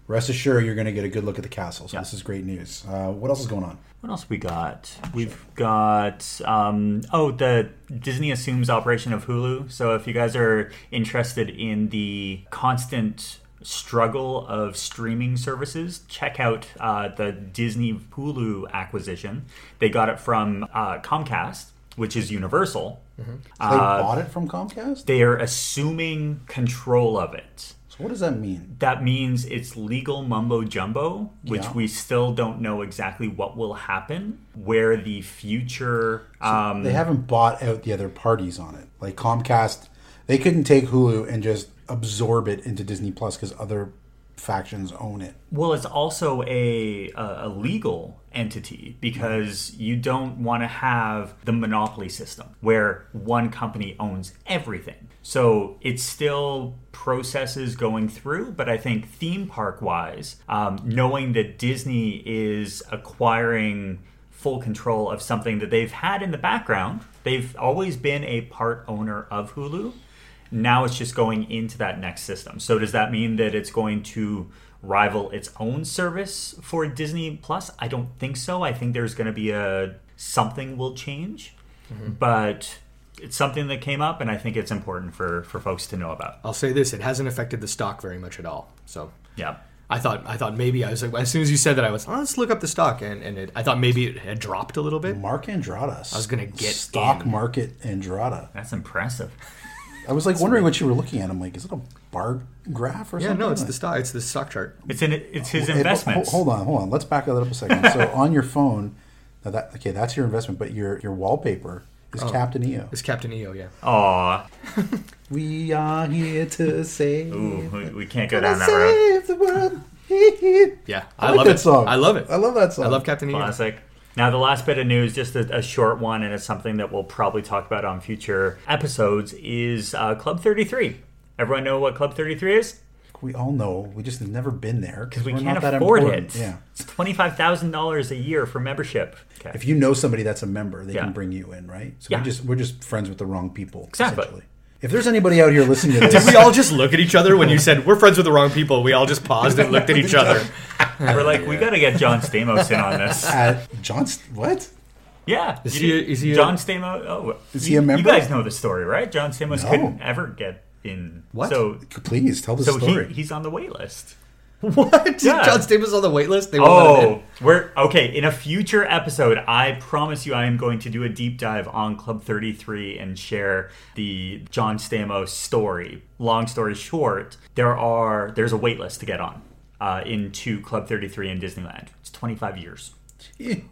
A: rest assured you're going to get a good look at the castle. So this is great news. Uh, what else is going on?
F: What else we got? We've got um, oh the Disney assumes operation of Hulu. So if you guys are interested in the constant struggle of streaming services, check out uh, the Disney Hulu acquisition. They got it from uh, Comcast, which is Universal.
A: They
F: Uh,
A: bought it from Comcast.
F: They are assuming control of it.
A: So what does that mean?
F: That means it's legal mumbo jumbo, which
A: Yeah.
F: we still don't know exactly what will happen, where the future. Um,
A: They haven't bought out the other parties on it. Like Comcast, they couldn't take Hulu and just absorb it into Disney Plus because other factions own it.
F: well, it's also a, a, a legal entity because you don't want to have the monopoly system where one company owns everything. So it's still processes going through, but I think theme park wise, um, knowing that Disney is acquiring full control of something that they've had in the background. They've always been a part owner of Hulu. Now it's just going into that next system. So does that mean that it's going to rival its own service for Disney Plus? I don't think so. I think there's going to be a something will change, but it's something that came up, and I think it's important for for folks to know about.
E: I'll say this: it hasn't affected the stock very much at all. So
F: Yeah.
E: I thought I thought maybe I was like as soon as you said that I was oh, let's look up the stock and, and it, I thought maybe it had dropped a little bit.
A: Mark Andrada. I
E: was gonna get
A: stock
E: in.
A: market Andrada.
F: That's impressive.
A: I was like wondering what you were looking at. I'm like, is it a bar graph or
E: Yeah,
A: something?
E: no, it's
A: Like-
E: the stock. It's the stock chart.
F: It's in it's his
A: Hey, ho-
F: investments.
A: ho- hold on, hold on. Let's back that up a second. So on your phone, now that okay, that's your investment, but your your wallpaper is Captain E EO.
E: It's Captain EO. Yeah.
F: Aw,
A: We are here to save,
F: Ooh, we- we can't go down that road.
A: save the world. I,
E: Yeah, I,
A: like
E: love
A: that
E: it.
A: song.
E: I love it.
A: I love that song.
E: I love Captain E EO.
F: Classic. Now, the last bit of news, just a, a short one, and it's something that we'll probably talk about on future episodes, is uh, Club 33. Everyone know what Club 33 is?
A: We all know. We just have never been there because
F: We
A: we're
F: can't
A: not that
F: afford
A: important.
F: it.
A: Yeah.
F: It's $25,000 a year for membership. Okay.
A: If you know somebody that's a member, they
F: Yeah.
A: can bring you in, right? So
F: Yeah.
A: we're just we're just friends with the wrong people.
F: Exactly.
A: essentially. If there's anybody out here listening to this,
E: Did we all just look at each other when you said we're friends with the wrong people? We all just paused and looked at each other.
F: We're like, we got to get John Stamos in on this.
A: at John's what?
F: Yeah.
E: Is
F: You-
E: he a- is he a-
F: John Stamos? Oh,
A: Is
F: you-
A: he a member?
F: You guys know the story, right? John Stamos
A: No.
F: couldn't ever get in.
E: What?
F: So,
A: Please tell the
F: so
A: story.
F: he, he's on the wait list.
E: What?
F: Yeah.
E: John Stamos on the wait list? They won't let him in.
F: Oh, we're okay. In a future episode, I promise you, I am going to do a deep dive on Club 33 and share the John Stamos story. Long story short, there are there's a wait list to get on uh, into Club 33 in Disneyland. It's 25 years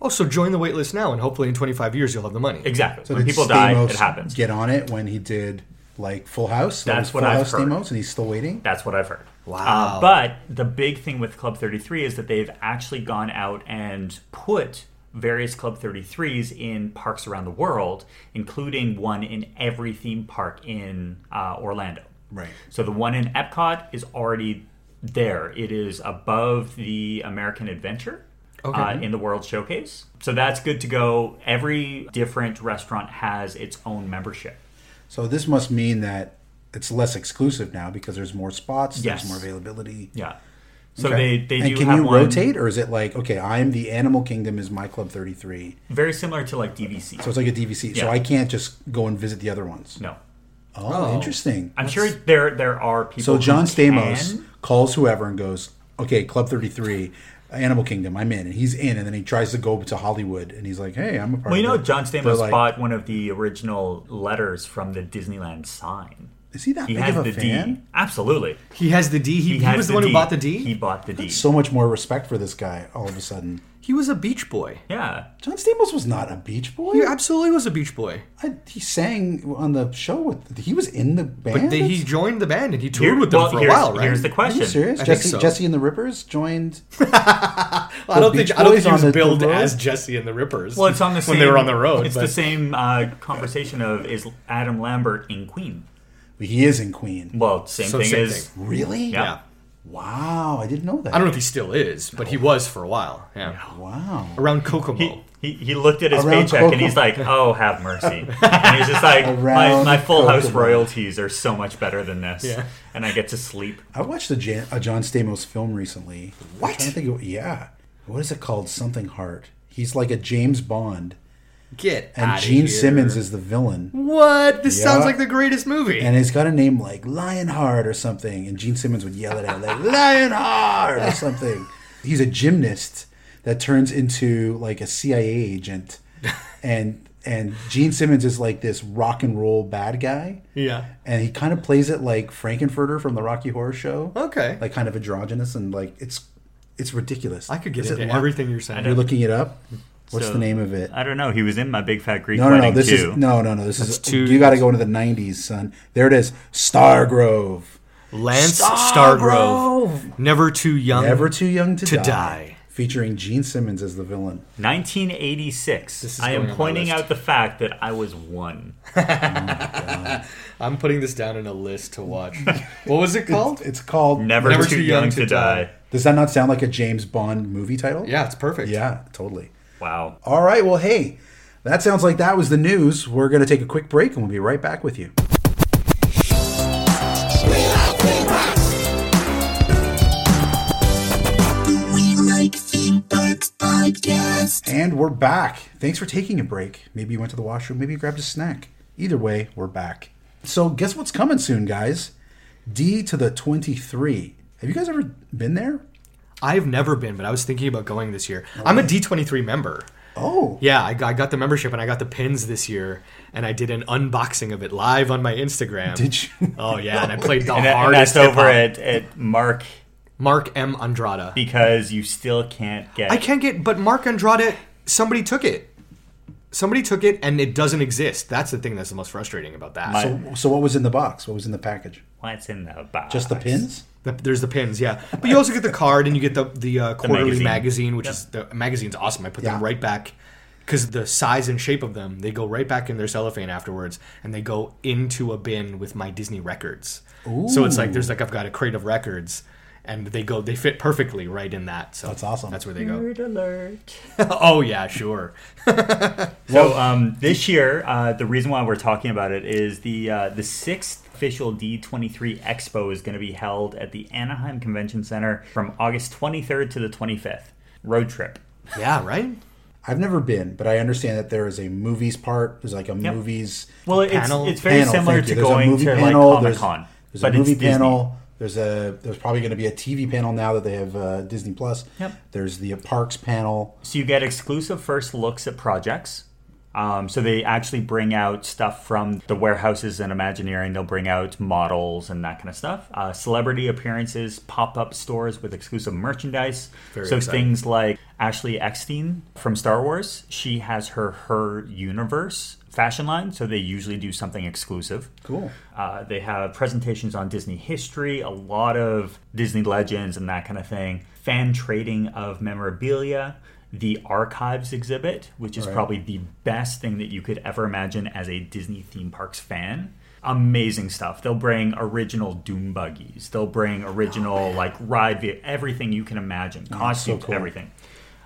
E: Oh, so join the wait list now, and hopefully in 25 years you'll have the money.
F: exactly.
A: So
F: when
A: did
F: people die,
A: Stamos
F: it happens.
A: Get on it when he did like Full House. That was
F: That's what
A: Full
F: I've
A: House
F: heard.
A: Stamos, and he's still waiting.
F: That's what I've heard.
E: Wow.
F: Uh, but the big thing with Club 33 is that they've actually gone out and put various Club 33s in parks around the world, including one in every theme park in uh, Orlando.
A: Right.
F: So the one in Epcot is already there. It is above the American Adventure uh, in the World Showcase. So that's good to go. Every different restaurant has its own membership.
A: So this must mean that it's less exclusive now because there's more spots,
F: Yes.
A: there's more availability.
F: Yeah. So
A: Okay.
F: they, they
A: and
F: do
A: can
F: have
A: you
F: one-
A: rotate, or is it like okay, I'm the Animal Kingdom is my club 33,
F: Very similar to like DVC.
A: so it's like a DVC. So
F: Yeah.
A: I can't just go and visit the other ones.
F: no.
A: Oh, interesting.
F: I'm sure there there are people.
A: So
F: who
A: John Stamos
F: can-
A: calls whoever and goes, "Okay, Club 33, Animal Kingdom, I'm in," and he's in, and then he tries to go to Hollywood, and he's like, "Hey, I'm a part."
F: Well, you
A: of
F: know,
A: it."
F: John
A: They're
F: Stamos
A: like,
F: bought one of the original letters from the Disneyland sign.
A: Is he that
F: He
A: big
F: has
A: of
F: the
A: a fan?
F: D. Absolutely.
E: He has the D. He, he,
F: has
E: was the, one
F: D.
E: who bought the D.
F: He bought the D.
A: So much more respect for this guy all of a sudden.
E: He was a beach boy.
F: yeah.
A: John Stamos was not a Beach Boy.
E: He absolutely was a beach boy.
A: I, he sang on the show with. He was in the band.
E: But they, he
A: That's-
E: joined the band and he toured
F: Here-
E: with them
F: well,
E: for a
F: here's-
E: while, right?
F: Here's the
A: Are
F: question.
A: you serious?
E: I think
A: Jesse,
E: so.
A: Jesse and the Rippers joined.
E: I don't think
A: Beach
E: I don't
A: Boys
E: think he was
A: on the- the
E: billed
A: road?
E: as Jesse and the Rippers.
F: Well, it's on the same.
E: when they were on the road.
F: It's
E: but
F: the same uh, conversation of is Adam Lambert in Queen?
A: He is in Queen.
F: Well, same
E: So
F: thing
E: same
F: as
E: thing.
A: Really?
F: yeah.
A: Wow, I didn't know that.
E: I don't know if he still is, but he was for a while. Yeah.
A: Wow.
E: Around Kokomo.
F: He, he, he looked at his
A: Around
F: paycheck and he's like, "Oh, have mercy!" And he's just like, "My,
A: Around
F: my Full House
A: Kokomo.
F: royalties are so much better than this,
E: Yeah.
F: and I get to sleep."
A: I watched a, Jan- a John Stamos film recently.
E: What?
A: I'm trying to think of- yeah. What is it called? Something Heart. He's like a James Bond,
E: Get
A: and
E: outta
A: Gene
E: here.
A: Simmons is the villain,
E: What? This
A: Yeah.
E: sounds like the greatest movie.
A: and it's got a name like Lionheart or something. And Gene Simmons would yell at him like Lionheart or something. He's a gymnast that turns into like a CIA agent, and and Gene Simmons is like this rock and roll bad guy.
E: yeah.
A: and he kind of plays it like Frankenfurter from the Rocky Horror Show.
E: Okay.
A: like kind of androgynous and like it's it's ridiculous.
E: I could get
A: Is it
E: into
A: Lo-
E: everything you're saying.
A: You're looking it up. What's
F: So,
A: the name of it?
F: I don't know. He was in my Big Fat Greek
A: No, no,
F: Wedding
A: no. This
F: too.
A: is no, no, no. This is
E: two
A: you got to go into the '90s, son. There it is. Stargrove.
E: Lance Stargrove. Never too young.
A: Never too young to,
E: To
A: die.
E: Die.
A: Featuring Gene Simmons as the villain.
F: 1986.
E: This is
F: I
E: going on
F: am
E: my
F: pointing
E: list.
F: out the fact that I was one.
E: I'm putting this down in a list to watch. what was it called?
A: It's called.
F: Never, too, young, to die.
A: Does that not sound like a James Bond movie title?
E: yeah, it's perfect.
A: Yeah, totally.
F: Wow.
A: All right. Well, hey, that sounds like that was the news. We're going to take a quick break and we'll be right back with you.
B: The We Like Theme Parks podcast.
A: And we're back. Thanks for taking a break. Maybe you went to the washroom, maybe you grabbed a snack. Either way, we're back. So, guess what's coming soon, guys? D to the 23. Have you guys ever been there?
E: I've never been, but I was thinking about going this year. I'm a D23 member.
A: Oh,
E: Yeah, I got, I got the membership and I got the pins this year, and I did an unboxing of it live on my Instagram.
A: did you?
E: Oh yeah, and I played the
F: And, that- and
E: hardest
F: that's over
E: hip-hop.
F: at, at Mark
E: Mark M Andrada.
F: because you still can't get.
E: I can't get, but Mark Andrada, somebody took it. Somebody took it, and it doesn't exist. That's the thing that's the most frustrating about that.
F: My-
E: So
A: So, so, what was in the box? What was in the package?
F: What's in the box?
A: Just the pins?
E: the, there's the pins, yeah. But you also get the card, and you get the the uh, quarterly magazine.
F: magazine.
E: which is the magazine's awesome. I put
A: Yeah.
E: them right back because the size and shape of them, they go right back in their cellophane afterwards, and they go into a bin with my Disney records. So it's like there's like I've got a crate of records. And they go, they fit perfectly right in that. So
A: That's awesome.
E: That's where they go. oh yeah, sure.
F: So um, this year, uh, the reason why we're talking about it is the uh, the sixth official D23 Expo is going to be held at the Anaheim Convention Center from August 23rd to the 25th. Road trip.
E: Yeah, right.
A: I've never been, but I understand that there is a movies part. There's like a movies
F: Well, it's
E: Panel-
F: it's very
A: panel,
F: similar
A: thank
F: to
A: you. There's a
F: going
A: movie
F: to
A: panel,
F: like Comic
A: there's-
F: Con,
A: There's
F: but
A: a movie
F: it's Disney.
A: panel. There's a there's probably going to be a TV panel now that they have uh, Disney Plus.
F: Yep.
A: There's the parks panel.
F: So you get exclusive first looks at projects. Um, so they actually bring out stuff from the warehouses and Imagineering. They'll bring out models and that kind of stuff. Uh, celebrity appearances, pop-up stores with exclusive merchandise. so
E: exciting.
F: things like Ashley Eckstein from Star Wars. She has her her universe fashion line. So they usually do something exclusive.
A: Cool.
F: Uh, they have presentations on Disney history, a lot of Disney legends and that kind of thing, fan trading of memorabilia, the archives exhibit, which is probably the best thing that you could ever imagine as a Disney theme parks fan. Amazing stuff. They'll bring original Doom buggies. They'll bring original like ride ve- everything you can imagine, costumes, everything.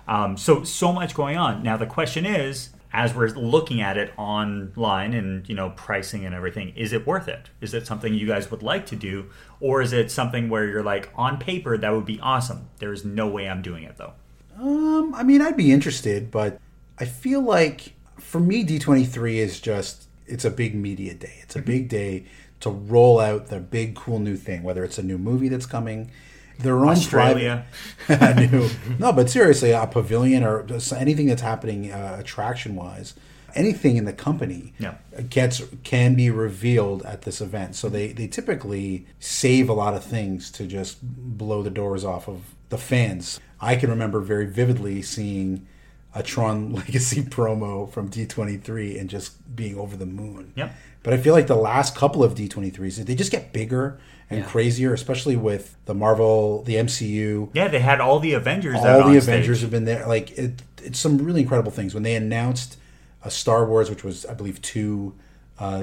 F: Um, so so much going on. Now the question is, as we're looking at it online and you know pricing and everything, is it worth it? Is it something you guys would like to do, or is it something where you're like, on paper that would be awesome. There is no way I'm doing it though.
A: Um, I mean, I'd be interested, but I feel like for me, D23 is just it's a big media day. It's a big day to roll out the big cool new thing, whether it's a new movie that's coming. Their own
F: Australia.
A: private- I knew. No, but seriously, a pavilion or just anything that's happening uh, attraction wise, anything in the company
F: Yeah.
A: gets can be revealed at this event. So they they typically save a lot of things to just blow the doors off of the fans. I can remember very vividly seeing a Tron Legacy promo from D23 and just being over the moon.
F: Yep.
A: But I feel like the last couple of D23s, they just get bigger and crazier, especially with the Marvel, the MCU,
F: Yeah, they had all the Avengers. out
A: all the
F: on stage.
A: Avengers have been there. Like it, it's some really incredible things. When they announced uh, a Star Wars, which was I believe two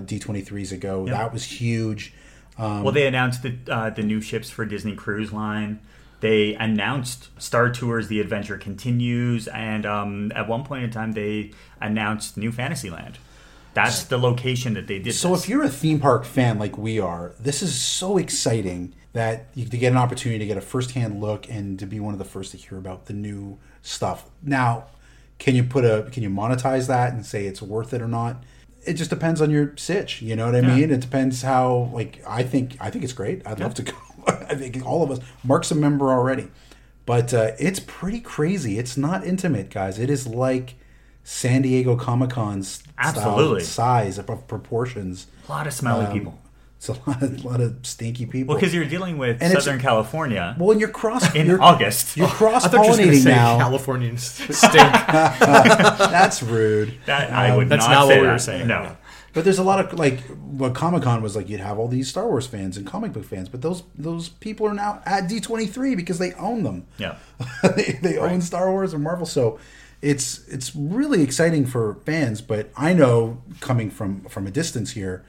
A: D twenty threes ago, that was huge.
F: well, they announced the uh, the new ships for Disney Cruise Line. They announced Star Tours: The Adventure Continues, and um, at one point in time, they announced New Fantasyland. That's the location that they did.
A: So
F: this.
A: if you're a theme park fan like we are, this is so exciting that you to get an opportunity to get a firsthand look and to be one of the first to hear about the new stuff. Now, can you put a can you monetize that and say it's worth it or not? It just depends on your sitch. You know what I mean? It depends how like I think I think it's great. I'd love to go. I think all of us. Mark's a member already, but uh, it's pretty crazy. It's not intimate, guys. It is like San Diego Comic Con's
F: Absolutely.
A: size of of proportions.
F: a lot of smelly
A: Um,
F: people.
A: It's a lot of, lot of stinky people.
F: Well, because you're dealing with
A: and it's-
F: Southern California.
A: well, and you're cross
F: In
A: you're,
F: August.
A: You're
F: Oh, I
A: cross
E: I thought you were just gonna
A: pollinating
E: say
A: now.
E: Californians stink.
A: That's rude.
F: that I would
E: that's
F: not,
E: not
F: say
E: what we
F: that.
E: were saying.
F: No.
A: But there's a lot of like what Comic Con was like. You'd have all these Star Wars fans and comic book fans, but those those people are now at D23 because they own them.
F: Yeah.
A: they, they own Star Wars and Marvel, so it's it's really exciting for fans. But I know coming from from a distance here,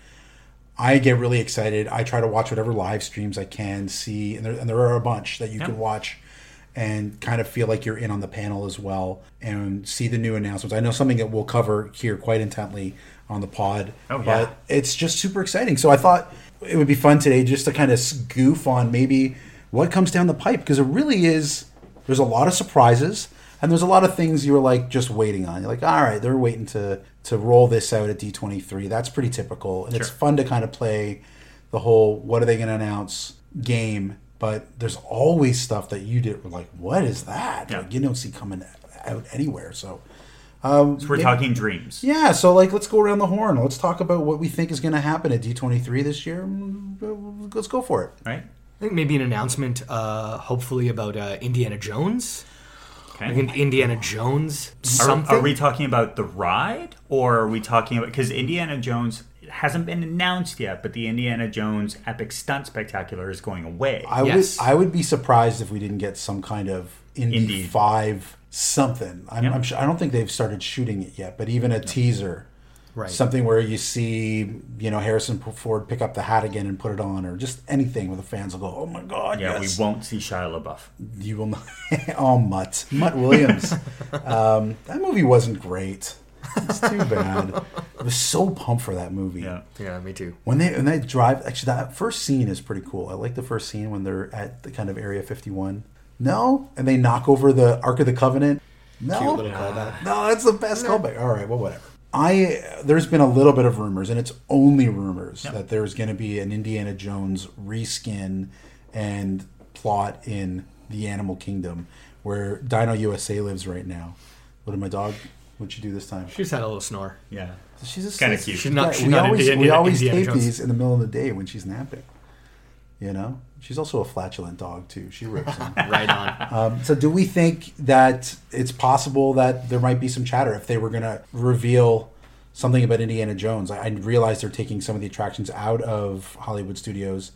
A: I get really excited. I try to watch whatever live streams I can see, and there, and there are a bunch that you can watch and kind of feel like you're in on the panel as well and see the new announcements. I know something that we'll cover here quite intently on the pod.
F: Oh, yeah.
A: But it's just super exciting. So I thought it would be fun today just to kind of goof on maybe what comes down the pipe because it really is. There's a lot of surprises and there's a lot of things you're like just waiting on. You're like, all right, they're waiting to to roll this out at D23. That's pretty typical, and it's fun to kind of play the whole what are they going to announce game. But there's always stuff that you did like, what is that?
F: Yeah.
A: Like, you don't see coming out anywhere. So
F: So we're talking dreams.
A: yeah, so like let's go around the horn. Let's talk about what we think is going to happen at D23 this year. Mm, Let's go for it.
F: Right?
E: I think maybe an announcement, uh, hopefully about uh, Indiana Jones.
F: Okay.
E: Like an Indiana Jones
F: Are-
E: something.
F: Are, we talking about the ride, or are we talking about because Indiana Jones hasn't been announced yet, but the Indiana Jones Epic Stunt Spectacular is going away.
A: I
E: Yes.
A: would I would be surprised if we didn't get some kind of Indy
F: Indeed.
A: 5 something. I'm, I'm sure, I don't think they've started shooting it yet, but even a teaser.
E: Right.
A: Something where you see, you know, Harrison Ford pick up the hat again and put it on or just anything where the fans will go, "Oh my god,
F: yeah,
A: yes."
F: we won't see Shia LaBeouf.
A: You will not. oh, Mutt. Mutt Williams. um, that movie wasn't great. It's too bad. I was so pumped for that movie.
F: Yeah.
E: yeah, me too.
A: When they when they drive, actually, that first scene is pretty cool. I like the first scene when they're at the kind of Area 51. No, and they knock over the Ark of the Covenant. No, no, that's the best callback. All right, well, whatever. I there's been a little bit of rumors, and it's only rumors that there's going to be an Indiana Jones reskin and plot in the Animal Kingdom, where Dino USA lives right now. What did my dog? What'd you do this time?
E: She's had a little snore.
F: Yeah.
A: She's just
F: Kinda cute.
E: She's not- she's
A: we
E: not
A: always
E: Indiana-
A: we always
E: Indiana
A: tape
E: Jones.
A: these in the middle of the day when she's napping. You know, she's also a flatulent dog too. She rips them.
E: Right on.
A: Um, so, do we think that it's possible that there might be some chatter if they were going to reveal something about Indiana Jones? I, I realize they're taking some of the attractions out of Hollywood studios.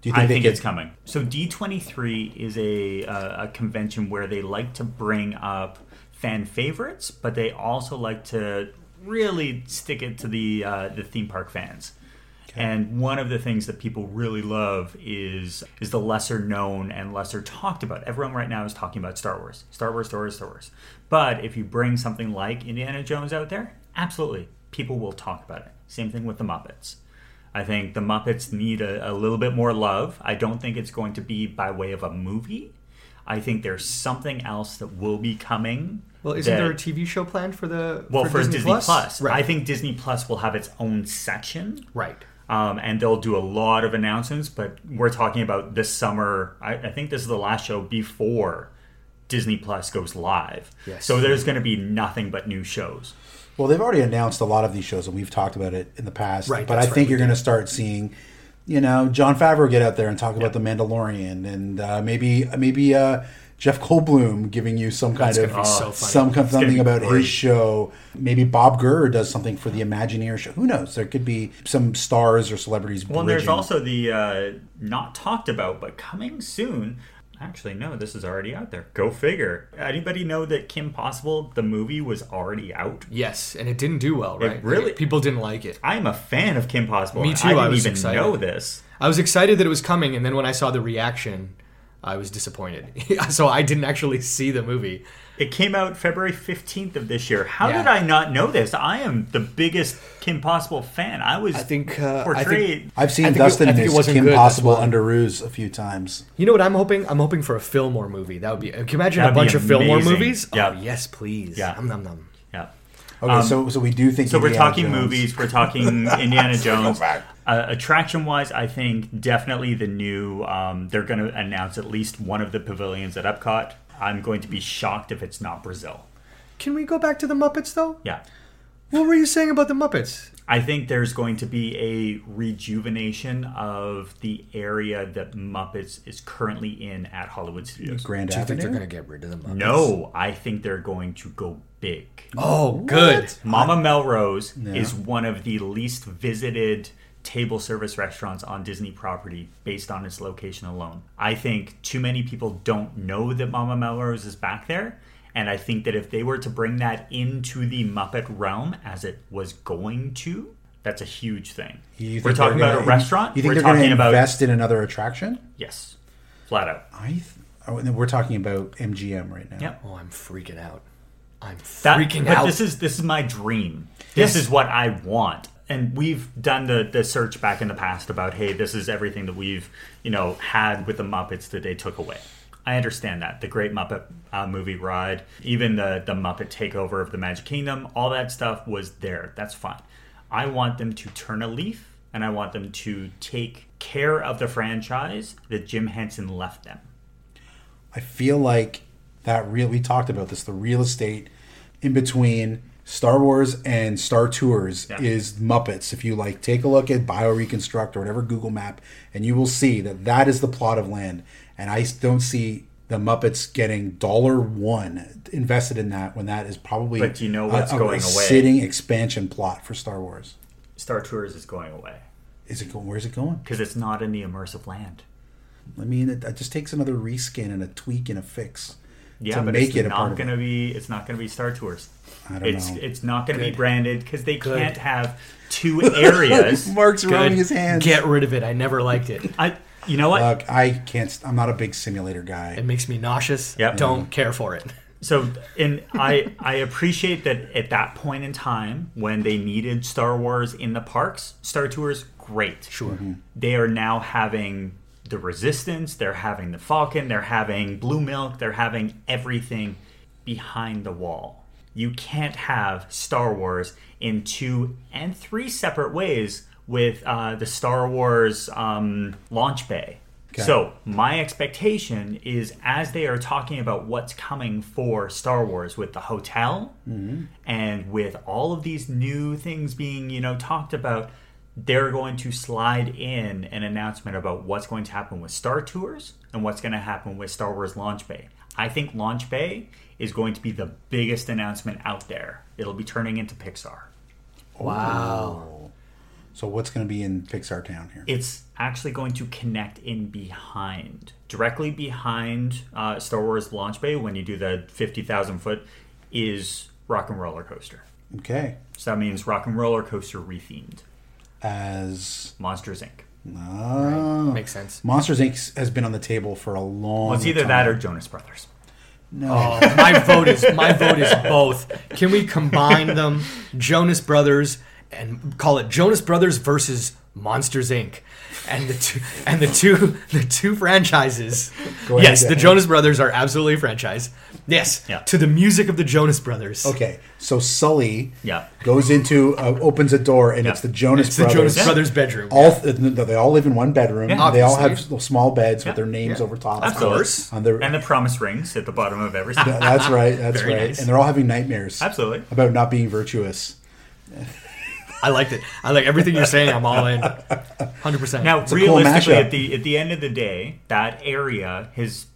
A: Do you think
F: I
A: they
F: think
A: could?
F: it's coming. So D23 is a uh, a convention where they like to bring up fan favorites, but they also like to really stick it to the uh, the theme park fans. And one of the things that people really love is is the lesser known and lesser talked about. Everyone right now is talking about Star Wars, Star Wars, Star Wars, Star Wars. But if you bring something like Indiana Jones out there, absolutely, people will talk about it. Same thing with the Muppets. I think the Muppets need a, a little bit more love. I don't think it's going to be by way of a movie. I think there's something else that will be coming.
E: Well, isn't
F: that-
E: there a TV show planned for the
F: well for, Disney, Plus?
E: Right.
F: I think Disney Plus will have its own section,
E: Right.
F: Um, and they'll do a lot of announcements, but we're talking about this summer. I, I think this is the last show before Disney Plus goes live.
E: Yes.
F: So there's going to be nothing but new shows.
A: Well, they've already announced a lot of these shows, and we've talked about it in the past.
E: Right,
A: but I
E: that's
A: think
E: right, we
A: you're going to start seeing, you know, John Favreau get out there and talk about the Mandalorian, and uh, maybe maybe uh, Jeff Goldblum giving you some kind
E: That's
A: of
E: gonna be so funny.
A: some kind of
F: gonna
A: something
F: be
A: about
F: great.
A: his show. Maybe Bob Gurr does something for the Imagineer show. Who knows? There could be some stars or celebrities.
F: Well, and there's
A: bridging.
F: also the uh, not talked about but coming soon. Actually, no, this is already out there. Go figure. Anybody know that Kim Possible the movie was already out?
E: Yes, and it didn't do well, right?
F: really-
E: People didn't like it.
F: I'm a fan of Kim Possible.
E: Me
F: and
E: too,
F: I didn't
E: I was
F: even
E: excited.
F: know this.
E: I was excited that it was coming, and then when I saw the reaction, I was disappointed. so I didn't actually see the movie.
F: It came out February 15th of this year. How
E: Yeah.
F: did I not know this? I am the biggest Kim Possible fan. I was
E: I think, uh, I think-
F: portrayed.
A: I've
E: I
A: seen
E: think it-
A: Dustin
E: I
A: in
E: think it
A: his
E: wasn't
A: Kim
E: good, that's
A: Possible
E: why.
A: under ruse a few times.
E: You know what I'm hoping? I'm hoping for a Fillmore movie. That would be. Can you imagine
F: That'd
E: a
F: be
E: bunch of Fillmore
F: amazing.
E: movies?
F: Yeah.
E: Oh, yes, please.
F: Yeah.
E: Nom, nom, nom.
F: yeah.
A: Okay, so so we do think.
F: So we're
A: Indiana
F: talking
A: Jones.
F: movies. We're talking Indiana Jones. Uh, attraction wise, I think definitely the new. Um, they're going to announce at least one of the pavilions at Epcot. I'm going to be shocked if it's not Brazil.
E: Can we go back to the Muppets though?
F: Yeah,
E: What were you saying about the Muppets?
F: I think there's going to be a rejuvenation of the area that Muppets is currently in at Hollywood Studios.
A: Grand
E: I think they're
A: Avenue.
E: gonna get rid of the Muppets.
F: No, I think they're going to go big.
E: Oh, good.
F: Mama Melrose is one of the least visited table service restaurants on Disney property based on its location alone. I think too many people don't know that Mama Melrose is back there. And I think that if they were to bring that into the Muppet realm as it was going to, that's a huge thing.
A: You think
F: We're talking
A: they're
F: about a
A: gonna-
F: restaurant.
A: You think
F: we're
A: they're going
F: talking
A: to
F: about
A: invest in another attraction?
F: yes, flat out.
A: I. Th- oh, and then we're talking about MGM right now.
F: Yep.
E: Oh, I'm freaking out. I'm
F: That-
E: freaking
F: but
E: out.
F: This is this is my dream. This is what I want. And we've done the the search back in the past about hey, this is everything that we've you know had with the Muppets that they took away. I understand that the Great Muppet uh, Movie Ride, even the the Muppet Takeover of the Magic Kingdom, all that stuff was there. That's fine. I want them to turn a leaf, and I want them to take care of the franchise that Jim Henson left them.
A: I feel like that real. We talked about this. The real estate in between Star Wars and Star Tours is Muppets. If you like, take a look at BioReconstruct or whatever Google Map, and you will see that that is the plot of land. And I s- don't see the Muppets getting dollar one invested in that when that is probably
F: But you know what's going away.
A: sitting expansion plot for Star Wars.
F: Star Tours is going away
A: Is it going? Where's it going?
F: because it's not in the immersive land.
A: I mean, it, it just takes another reskin and a tweak and a fix
F: yeah,
A: to
F: but
A: make
F: it's
A: it a part
F: not
A: of
F: going to
A: it.
F: be. It's not going to be Star Tours.
A: I don't
F: It's
A: know.
F: it's not going to be branded because they can't have two areas.
A: Mark's rubbing his hands.
E: Get rid of it. I never liked it.
F: I, you know what?
A: Look, I can't. I'm not a big simulator guy.
E: It makes me nauseous.
F: Yep.
E: Don't care for it.
F: so and I I appreciate that at that point in time when they needed Star Wars in the parks, Star Tours great. Sure.
A: Mm-hmm.
F: They are now having the Resistance, they're having the Falcon, they're having Blue Milk, they're having everything behind the wall. You can't have Star Wars in two and three separate ways with uh, the Star Wars um, launch bay. So my expectation is as they are talking about what's coming for Star Wars with the hotel and with all of these new things being, you know, talked about, they're going to slide in an announcement about what's going to happen with Star Tours and what's going to happen with Star Wars Launch Bay. I think Launch Bay is going to be the biggest announcement out there. It'll be turning into Pixar.
A: Oh. So what's going to be in Pixar Town here?
F: it's actually going to connect in behind, directly behind uh, Star Wars Launch Bay when you do the 50,000 foot, is Rock and Roller Coaster.
A: Okay,
F: So that means Rock and Roller Coaster rethemed,
A: as
F: Monsters Inc.
A: uh,
E: Makes sense.
A: Monsters Inc. has been on the table for a long.
F: Well, it's either
A: time.
F: that or Jonas Brothers.
A: no.
E: Oh, my vote is my vote is both. Can we combine them, Jonas Brothers, and call it Jonas Brothers versus Monsters Inc. And the two and the two the two franchises.
A: ahead,
E: yes, the
A: Jack.
E: Jonas Brothers are absolutely a franchise. Yes,
F: Yeah.
E: to the music of the Jonas Brothers.
A: Okay, so Sully
F: Yeah.
A: goes into uh, opens a door and it's the Jonas
E: It's the
A: Brothers.
E: Jonas Brothers bedroom.
A: All th- no, they all live in one bedroom.
E: Yeah.
A: they all have
E: Obviously.
A: s- small beds
F: Yeah.
A: with their names over top.
F: Of course.
A: On their,
F: and the promise rings at the bottom of every single
A: that's right. That's
E: Very
A: right.
E: nice.
A: And they're all having nightmares.
F: Absolutely.
A: About not being virtuous.
E: I liked it. I like everything you're saying. I'm all in. 100%.
F: Now,
A: a cool
F: realistically,
A: mashup.
F: at the at the end of the day, that area has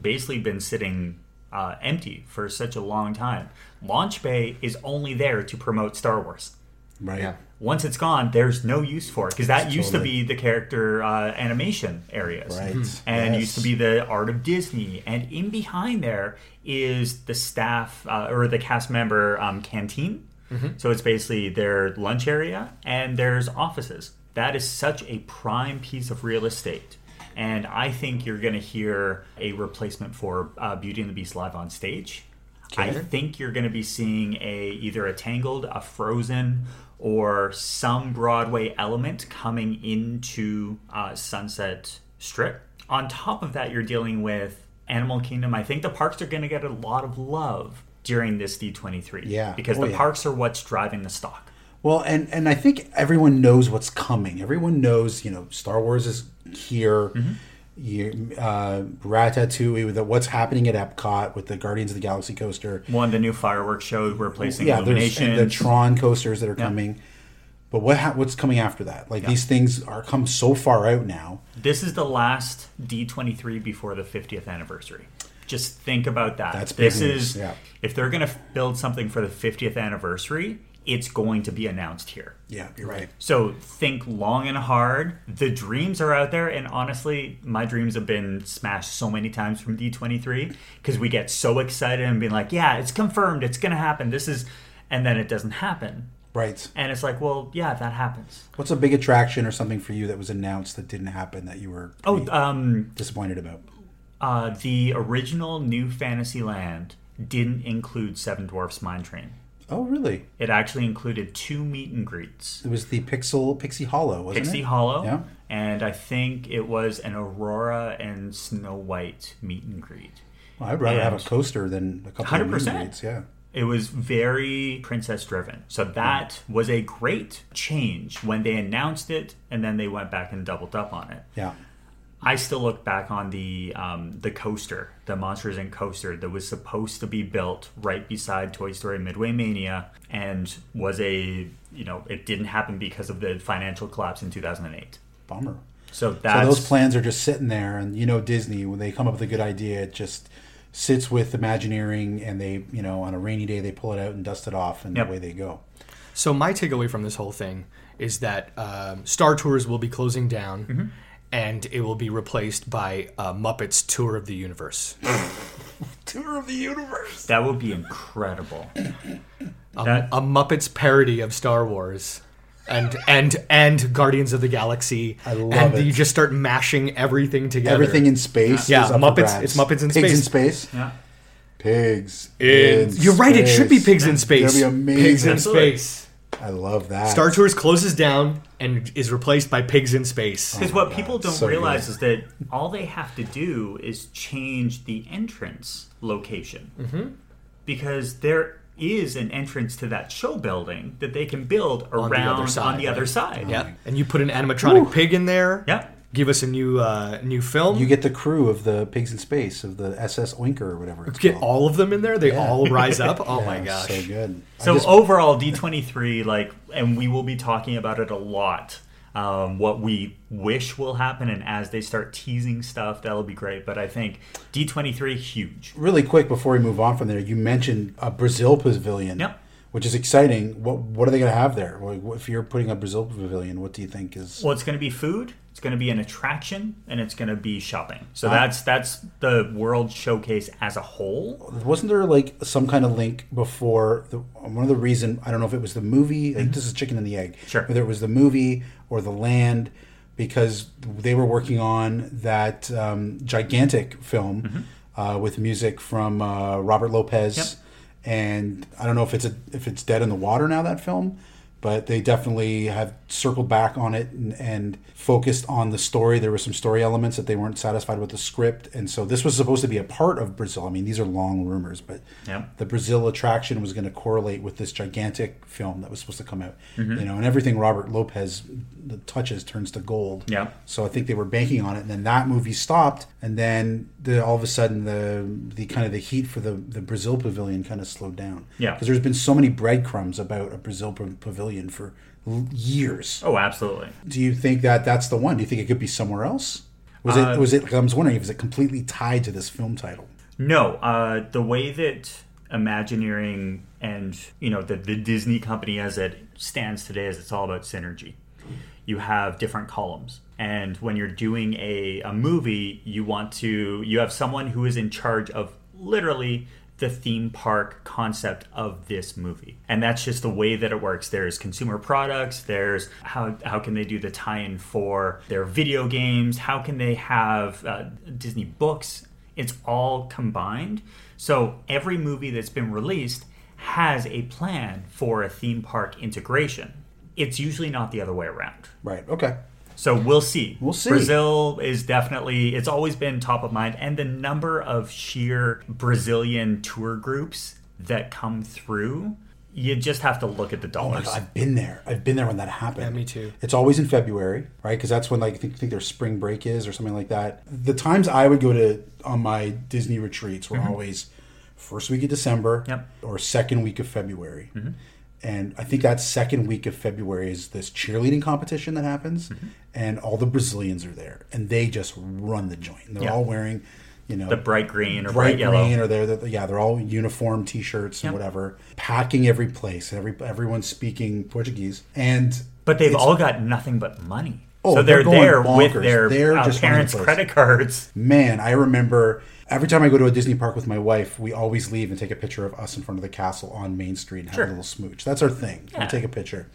F: basically been sitting uh, empty for such a long time. Launch Bay is only there to promote Star Wars.
A: Right.
E: Yeah.
F: Once it's gone, there's no use for it because that used to
A: Totally.
F: be the character uh, animation areas,
A: Right. Mhm.
F: and
A: Yes.
F: used to be the art of Disney. And in behind there is the staff uh, or the cast member um, canteen. So it's basically their lunch area, and there's offices. That is such a prime piece of real estate. And I think you're going to hear a replacement for uh, Beauty and the Beast live on stage. I think you're going to be seeing a either a Tangled, a Frozen, or some Broadway element coming into uh, Sunset Strip. On top of that, you're dealing with Animal Kingdom. I think the parks are going to get a lot of love during this D23.
A: Yeah.
F: Because
A: Oh,
F: the
A: yeah.
F: parks are what's driving the stock.
A: Well, and and I think everyone knows what's coming. Everyone knows, you know, Star Wars is here.
F: Mm-hmm.
A: You, uh, Ratatouille, with the, what's happening at Epcot with the Guardians of the Galaxy coaster.
F: One, the new fireworks show replacing
A: yeah, there's
F: Illumination.
A: and the Tron coasters that are coming. But what ha- what's coming after that? Like these things are come so far out now.
F: This is the last D23 before the 50th anniversary. Just think about that.
A: That's big
F: this
A: news,
F: is
A: yeah.
F: if they're going to build something for the 50th anniversary, it's going to be announced here.
A: Yeah, you're right.
F: So think long and hard. The dreams are out there, and honestly, my dreams have been smashed so many times from D23 because we get so excited and being like, "Yeah, it's confirmed. It's going to happen. This is," and then it doesn't happen,
A: Right.
F: and it's like, "Well, yeah, that happens."
A: What's a big attraction or something for you that was announced that didn't happen that you were
F: Oh,
A: pretty
F: um,
A: disappointed about?
F: Uh, the original New Fantasyland didn't include Seven Dwarfs Mine Train.
A: Oh, really?
F: It actually included two meet and greets
A: It was the Pixel Pixie Hollow, wasn't
F: Pixie
A: it?
F: Hollow,
A: Yeah.
F: and I think it was an Aurora and Snow White meet and greet.
A: Well, I'd rather have
F: And-
A: a coaster than a couple of
F: 100%.
A: roommates. Yeah.
F: It was very princess driven. So that was a great change when they announced it and then they went back and doubled up on it.
A: Yeah.
F: I still look back on the um, the coaster, the Monsters and coaster that was supposed to be built right beside Toy Story Midway Mania, and was a you know it didn't happen because of the financial collapse in 2008.
A: Bummer.
F: So
A: So
F: that's
A: those plans are just sitting there, and you know Disney when they come up with a good idea, it just sits with Imagineering, and they you know on a rainy day they pull it out and dust it off, and
F: Yep.
A: away they go.
E: So my takeaway from this whole thing is that um, Star Tours will be closing down,
A: Mm-hmm.
E: and it will be replaced by uh, Muppets Tour of the Universe.
A: Tour of the universe.
F: that would be incredible.
A: Um,
F: that
E: a Muppets parody of Star Wars. And, and and Guardians of the Galaxy, I
A: love
E: and
A: it.
E: you just start mashing everything together.
A: Everything in space.
E: Yeah,
A: is up for
E: Muppets-
A: grabs.
E: it's Muppets in
A: Pigs
E: space.
A: in space.
F: yeah.
A: Pigs.
E: In-
A: in
E: You're right. It should be
A: space.
E: pigs in space.
A: That'd be amazing.
E: Pigs in
F: Absolutely.
E: space.
A: I love that.
E: Star Tours closes down and is replaced by Pigs in
A: Oh
E: Space.
F: Because what people don't
A: so
F: realize is that all they have to do is change the entrance location. Mm-hmm. Because there is an entrance to that show building that they can build
E: the other
F: around
E: side,
F: on the other
E: right?
F: side.
E: Yeah, and you put an animatronic pig in there.
F: Yeah.
E: Give us a new uh, new film.
A: You get the crew of the pigs in space of the SS Oinker or whatever. It's
E: Get
A: called.
E: all of them in there. They all rise up. Oh my
A: Oh. Yeah,
E: gosh.
A: so good. I
F: So oh-
A: just-
F: overall, D23, like, and we will be talking about it a lot. Um, what we wish will happen, and as they start teasing stuff, that'll be great. But I think D23 huge.
A: really quick before we move on from there, you mentioned a Brazil pavilion,
F: Yep.
A: which is exciting. What what are they going to have there? Like, what- If you're putting a Brazil pavilion, what do you think is?
F: Well, it's going to be food. It's going to be an attraction, and it's going to be shopping. So that's that's the World Showcase as a whole.
A: Wasn't there like some kind of link before? The, one of the reason I don't know if it was the movie. Like, this is chicken and the egg.
F: Sure.
A: Whether it was the movie or the land, because they were working on that um, gigantic film uh, with music from uh, Robert Lopez. And I don't know if it's a, if it's dead in the water now that film, but they definitely have circled back on it and, and focused on the story. There were some story elements that they weren't satisfied with the script, and so this was supposed to be a part of Brazil. I mean, these are long rumors, but
F: Yeah.
A: the Brazil attraction was going to correlate with this gigantic film that was supposed to come out.
F: Mm-hmm.
A: You know, and everything Robert Lopez touches turns to gold.
F: Yeah.
A: So I think they were banking on it, and then that movie stopped, and then the, all of a sudden the the kind of the heat for the the Brazil pavilion kind of slowed down.
F: Yeah.
A: Because there's been so many breadcrumbs about a Brazil pa- pavilion for l- years.
F: Oh, absolutely.
A: Do you think that that's the one? Do you think it could be somewhere else? Was
F: Uh,
A: it was it? I was wondering if was it completely tied to this film title.
F: No, uh, the way that Imagineering and you know the, the Disney company as it stands today is it's all about synergy. You have different columns, and when you're doing a, a movie, you want to you have someone who is in charge of literally the theme park concept of this movie. And that's just the way that it works. There's consumer products, there's how, how can they do the tie in for their video games, how can they have uh, Disney books. It's all combined. So every movie that's been released has a plan for a theme park integration. It's usually not the other way around.
A: Right. Okay.
F: So we'll see.
A: We'll see.
F: Brazil is definitely it's always been top of mind and the number of sheer Brazilian tour groups that come through, you just have to look at the
A: Oh my
F: dollars.
A: God, I've been there. I've been there when that happened.
E: Yeah, me too.
A: It's always in February, right? Because that's when like I think, think their spring break is or something like that. The times I would go to on my Disney retreats were always first week of December
F: Yep.
A: or second week of February. And I think that second week of February is this cheerleading competition that happens, and all the Brazilians are there, and they just run the joint. And they're
F: Yeah.
A: all wearing, you know,
F: the bright green
A: bright
F: or bright, yellow.
A: green or they're, they're yeah they're all uniform t-shirts and whatever packing every place every everyone's speaking portuguese and
F: But they've
A: it's
F: all got nothing but money.
A: Oh,
F: so they're,
A: they're going
F: there with
A: bonkers.
F: their
A: They're
F: uh,
A: just running
F: parents'
A: the place.
F: credit cards.
A: man i remember every time i go to a disney park with my wife we always leave and take a picture of us in front of the castle on main street and have
F: Sure.
A: a little smooch that's our thing
F: Yeah.
A: we'll take a picture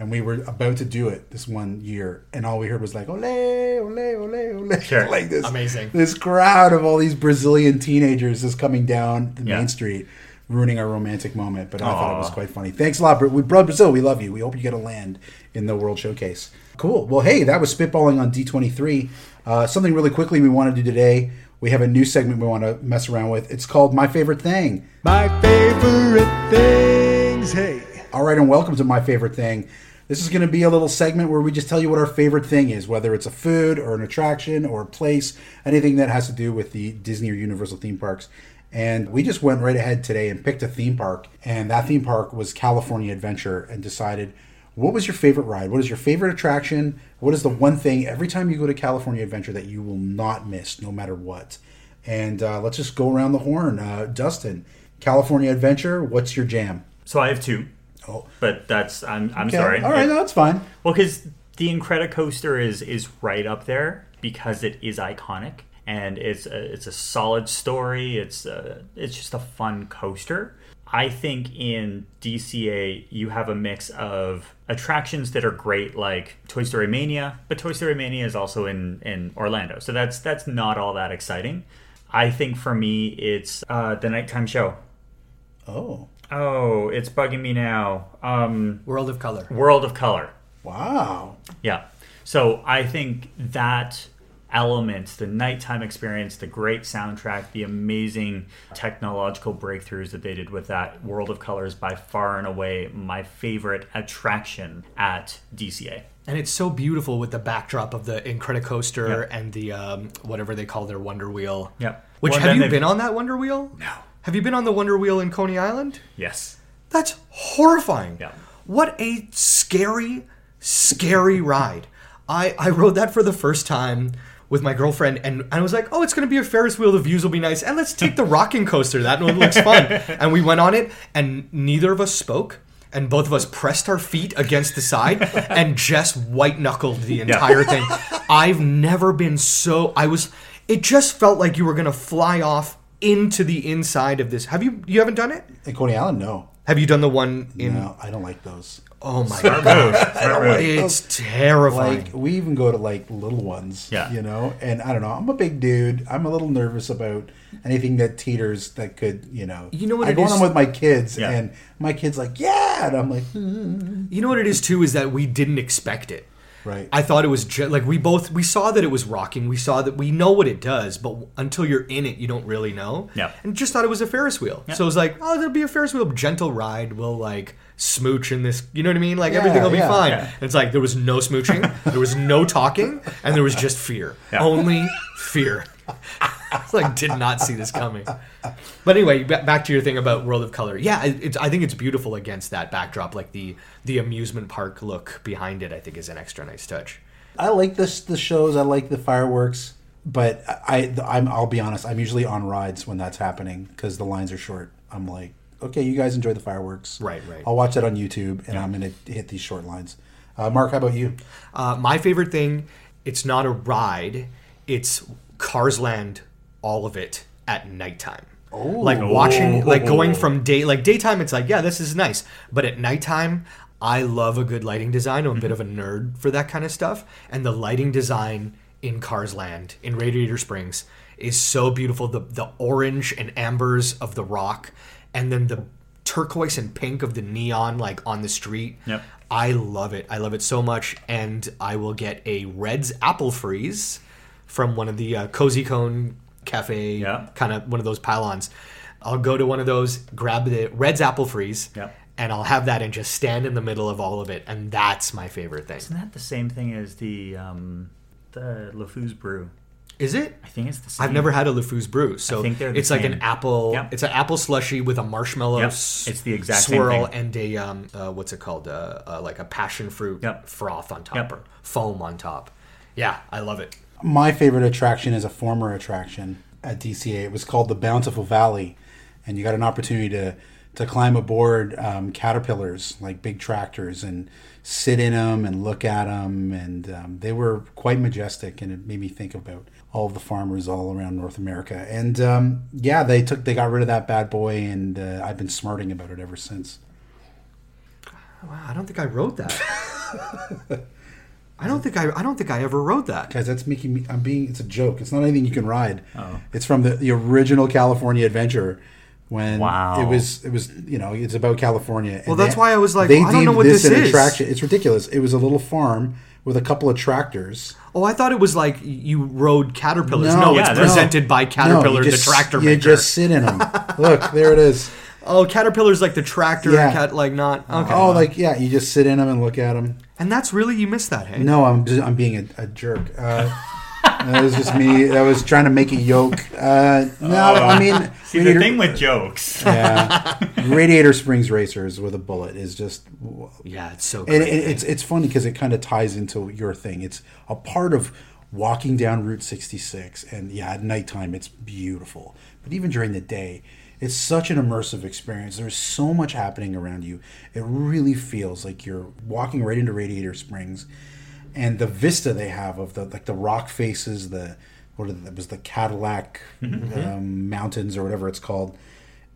A: and we were about to do it this one year and all we heard was like ole ole ole ole
F: Sure.
A: like this
E: Amazing.
A: this crowd of all these brazilian teenagers is coming down the
F: Yeah.
A: main street ruining our romantic moment but I thought it was
F: Aw.
A: quite funny. Thanks a lot, Bra- we, Bra- Brazil. We love you. We hope you get a land in the World Showcase. Cool. Well, hey, that was spitballing on D23. Uh, something really quickly we want to do today. We have a new segment we want to mess around with. It's called My Favorite Thing.
G: My favorite things, hey.
A: All right, and welcome to My Favorite Thing. This is going to be a little segment where we just tell you what our favorite thing is, whether it's a food or an attraction or a place, anything that has to do with the Disney or Universal theme parks. And we just went right ahead today and picked a theme park, and that theme park was California Adventure and decided what was your favorite ride? What is your favorite attraction? What is the one thing every time you go to California Adventure that you will not miss no matter what? And uh, let's just go around the horn. Uh, Dustin, California Adventure, what's your jam?
F: So I have two.
A: Oh.
F: But that's I'm I'm
A: Okay.
F: sorry.
A: All right, no, that's fine.
F: Well, because the Incredicoaster is is right up there because it is iconic and it's a, it's a solid story. It's a, it's just a fun coaster. I think in DCA you have a mix of attractions that are great, like Toy Story Mania, but Toy Story Mania is also in in Orlando, so that's that's not all that exciting. I think for me it's uh, the nighttime show.
A: Oh,
F: Oh, it's bugging me now. Um,
E: World of Color.
F: World of Color.
A: wow.
F: Yeah. So I think that element, the nighttime experience, the great soundtrack, the amazing technological breakthroughs that they did with that World of Color is by far and away my favorite attraction at DCA.
E: And it's so beautiful with the backdrop of the Incredicoaster and the um, whatever they call their Wonder Wheel.
F: Yep.
E: Which
F: Well,
E: have
F: then
E: you
F: they've-
E: been on that Wonder Wheel? No. Have you been on the Wonder Wheel in Coney Island?
F: Yes.
E: That's horrifying.
F: Yeah.
E: What a scary, scary ride. I, I rode that for the first time with my girlfriend, and I was like, oh, it's going to be a Ferris wheel. The views will be nice. And let's take the rocking coaster. That one looks fun. and we went on it, and neither of us spoke. And both of us pressed our feet against the side and just white knuckled the entire thing. I've never been so. I was. It just felt like you were going to fly off into the inside of this. Have you? You haven't done it?
A: And Coney Island, no,
E: Have you done the one in?
A: no, I don't like those.
E: Oh my god, it's terrifying.
A: Like we even go to like little ones,
F: Yeah.
A: you know. And I don't know. I'm a big dude. I'm a little nervous about anything that teeters that could, you know.
E: You know what
A: I
E: it
A: go on
E: is-
A: them with my kids,
F: Yeah.
A: and my kids like, yeah, and I'm like, "Hmm."
E: you know what it is too is that we didn't expect it.
A: right.
E: I thought it was ju- like we both we saw that it was rocking. We saw that we know what it does, but until you're in it, you don't really know.
F: Yeah.
E: And just thought it was a Ferris wheel. So it was like, oh, it'll be a Ferris wheel, gentle ride. We'll like smooch in this. You know what I mean? Like everything will be
A: yeah,
E: fine. And it's like there was no smooching, there was no talking, and there was just fear. Only fear. It's like did not see this coming. But anyway, ba- back to your thing about World of Color. Yeah, it- it's, I think it's beautiful against that backdrop. Like the the amusement park look behind it, I think is an extra nice touch.
A: I like this the shows. I like the fireworks, but I I'm I'll be honest. I'm usually on rides when that's happening because the lines are short. I'm like, okay, you guys enjoy the fireworks,
E: Right, right.
A: I'll watch that on YouTube, and I'm gonna hit these short lines. Uh, Mark, how about you?
E: Uh, my favorite thing, it's not a ride, it's Cars Land, all of it at nighttime. Like watching, like going from day, like daytime, it's like, yeah, this is nice. But at nighttime, I love a good lighting design. I'm a bit of a nerd for that kind of stuff. And the lighting design in Cars Land, in Radiator Springs, is so beautiful. The, the orange and ambers of the rock, and then the turquoise and pink of the neon, like on the street.
F: Yep.
E: I love it. I love it so much. And I will get a Red's Apple Freeze from one of the uh, Cozy Cone Cafe,
F: Yeah.
E: kind of one of those pylons. I'll go to one of those, grab the Red's Apple Freeze,
F: Yeah.
E: and I'll have that and just stand in the middle of all of it. And that's my favorite thing.
F: Isn't that the same thing as the um, the LeFou's brew?
E: Is it?
F: I think it's the same.
E: I've never had a LeFou's brew, so
F: Mm. I think they're the
E: it's like an
F: same.
E: apple.
F: Yep.
E: It's an apple slushy with a marshmallow.
F: Yep.
E: s-
F: It's the exact same
E: swirl
F: thing.
E: and a um, uh, what's it called? Uh, uh, like a passion fruit
F: Yep.
E: froth on top
F: Yep.
E: or foam on top. Yeah, I love it.
A: My favorite attraction is a former attraction at DCA. It was called the Bountiful Valley, and you got an opportunity to to climb aboard um, caterpillars, like big tractors, and sit in them and look at them, and um, they were quite majestic. And it made me think about all of the farmers all around North America. And um, yeah, they took they got rid of that bad boy, and uh, I've been smarting about it ever since.
E: Wow, I don't think I wrote that. I don't think I. I don't think I ever wrote that.
A: Guys, that's making me. I'm being. It's a joke. It's not anything you can ride. Oh. It's from the, the original California Adventure, when
F: Wow.
A: it was it was you know it's about California. and
E: Well, that's
A: they-
E: why I was like, well, I don't
A: deemed
E: know what this is.
A: attraction. It's ridiculous. It was a little farm with a couple of tractors.
E: Oh, I thought it was like you rode caterpillars.
A: No,
E: No,
F: yeah,
E: it's
F: there's-
E: presented by Caterpillar,
A: No, you just-
E: the tractor
A: You
E: maker.
A: just sit in them. Look, there it is.
E: oh, caterpillar's like the tractor.
A: Yeah.
E: Cat, like not okay.
A: Oh, like yeah, you just sit in them and look at them.
E: and that's really you missed that. Hey,
A: No, I'm just, I'm being a, a jerk. Uh, that was just me. That was trying to make a yoke. Uh, no, I mean,
F: See
A: we
F: the
A: need-
F: thing with jokes.
A: yeah. Radiator Springs Racers with a bullet is just, and
E: yeah, it's so.
A: it,
E: great.
A: it's it's funny because it kind of ties into your thing. It's a part of walking down Route 66, and yeah, at nighttime it's beautiful, but even during the day, it's such an immersive experience. There's so much happening around you. It really feels like you're walking right into Radiator Springs, and the vista they have of the like the rock faces, the what are the, it was the Cadillac um, mountains or whatever it's called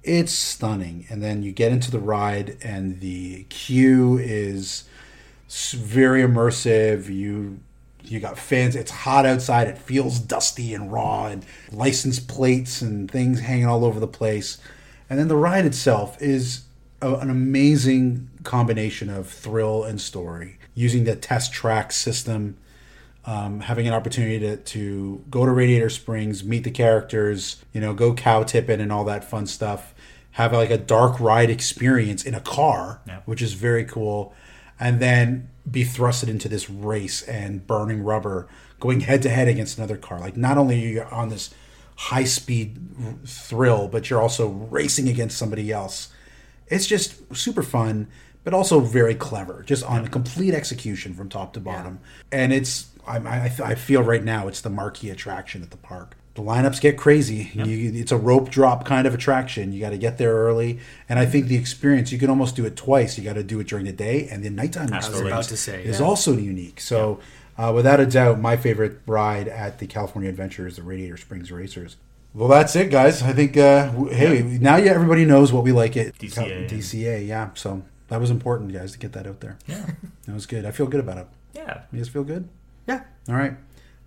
A: it's stunning and then you get into the ride and the queue is s- very immersive you you got fans it's hot outside it feels dusty and raw and license plates and things hanging all over the place and then the ride itself is a, an amazing combination of thrill and story using the test track system um, having an opportunity to, to go to Radiator Springs, meet the characters, you know, go cow tipping and all that fun stuff, have like a dark ride experience in a car, which is very cool, and then be thrusted into this race and burning rubber, going head to head against another car. Like, not only are you on this high speed r- thrill, but you're also racing against somebody else. It's just super fun, but also very clever, just on complete execution from top to bottom. And it's, I, I, I feel right now, it's the marquee attraction at the park. The lineups get crazy. You, it's a rope drop kind of attraction. You got to get there early. And I think the experience, you can almost do it twice. You got to do it during the day and the nighttime
F: Absolutely.
A: experience
F: I was
E: about to say,
A: is
E: yeah.
A: also unique. So, uh, without a doubt, my favorite ride at the California Adventure is the Radiator Springs Racers. Well, that's it, guys. I think uh, w- hey, now yeah, everybody knows what we like at
F: DCA,
A: Cal-
F: yeah.
A: DCA, yeah. So that was important, guys, to get that out there. Yeah, that was good. I feel good about it.
F: yeah.
A: You guys feel good?
E: yeah.
A: All right.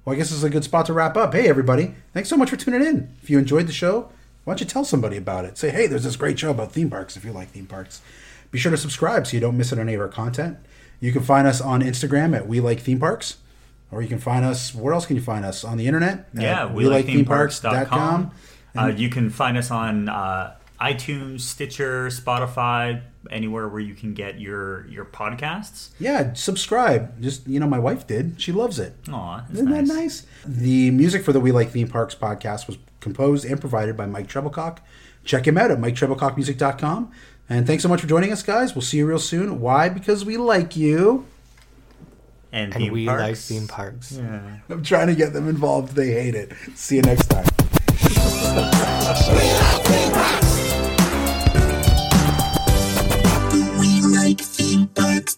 A: Well, I guess this is a good spot to wrap up. Hey, everybody. Thanks so much for tuning in. If you enjoyed the show, why don't you tell somebody about it? Say, hey, there's this great show about theme parks if you like theme parks. Be sure to subscribe so you don't miss out on any of our content. You can find us on Instagram at We Like Theme Parks, or you can find us, where else can you find us? On the internet? at
F: Yeah, we, like theme parks.com. Uh, you can find us on uh, iTunes, Stitcher, Spotify, anywhere where you can get your your podcasts.
A: Yeah, subscribe. Just, you know, my wife did. She loves it.
F: Aw, that's
A: Isn't
F: nice.
A: that nice? The music for the We Like Theme Parks podcast was composed and provided by Mike Treblecock. Check him out at miketreblecockmusic.com. And thanks so much for joining us, guys. We'll see you real soon. Why? Because we like you.
F: And,
E: And
F: theme
E: we like
F: parks.
E: theme parks.
A: I'm trying to get them involved. They hate it. See you next time.
B: The We Like Theme Parks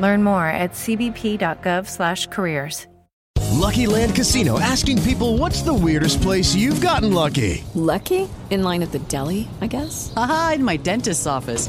H: Learn more at cbp.gov/careers.
I: Lucky Land Casino asking people what's the weirdest place you've gotten lucky?
J: Lucky? In line at the deli, I guess?
K: Aha, in my dentist's office.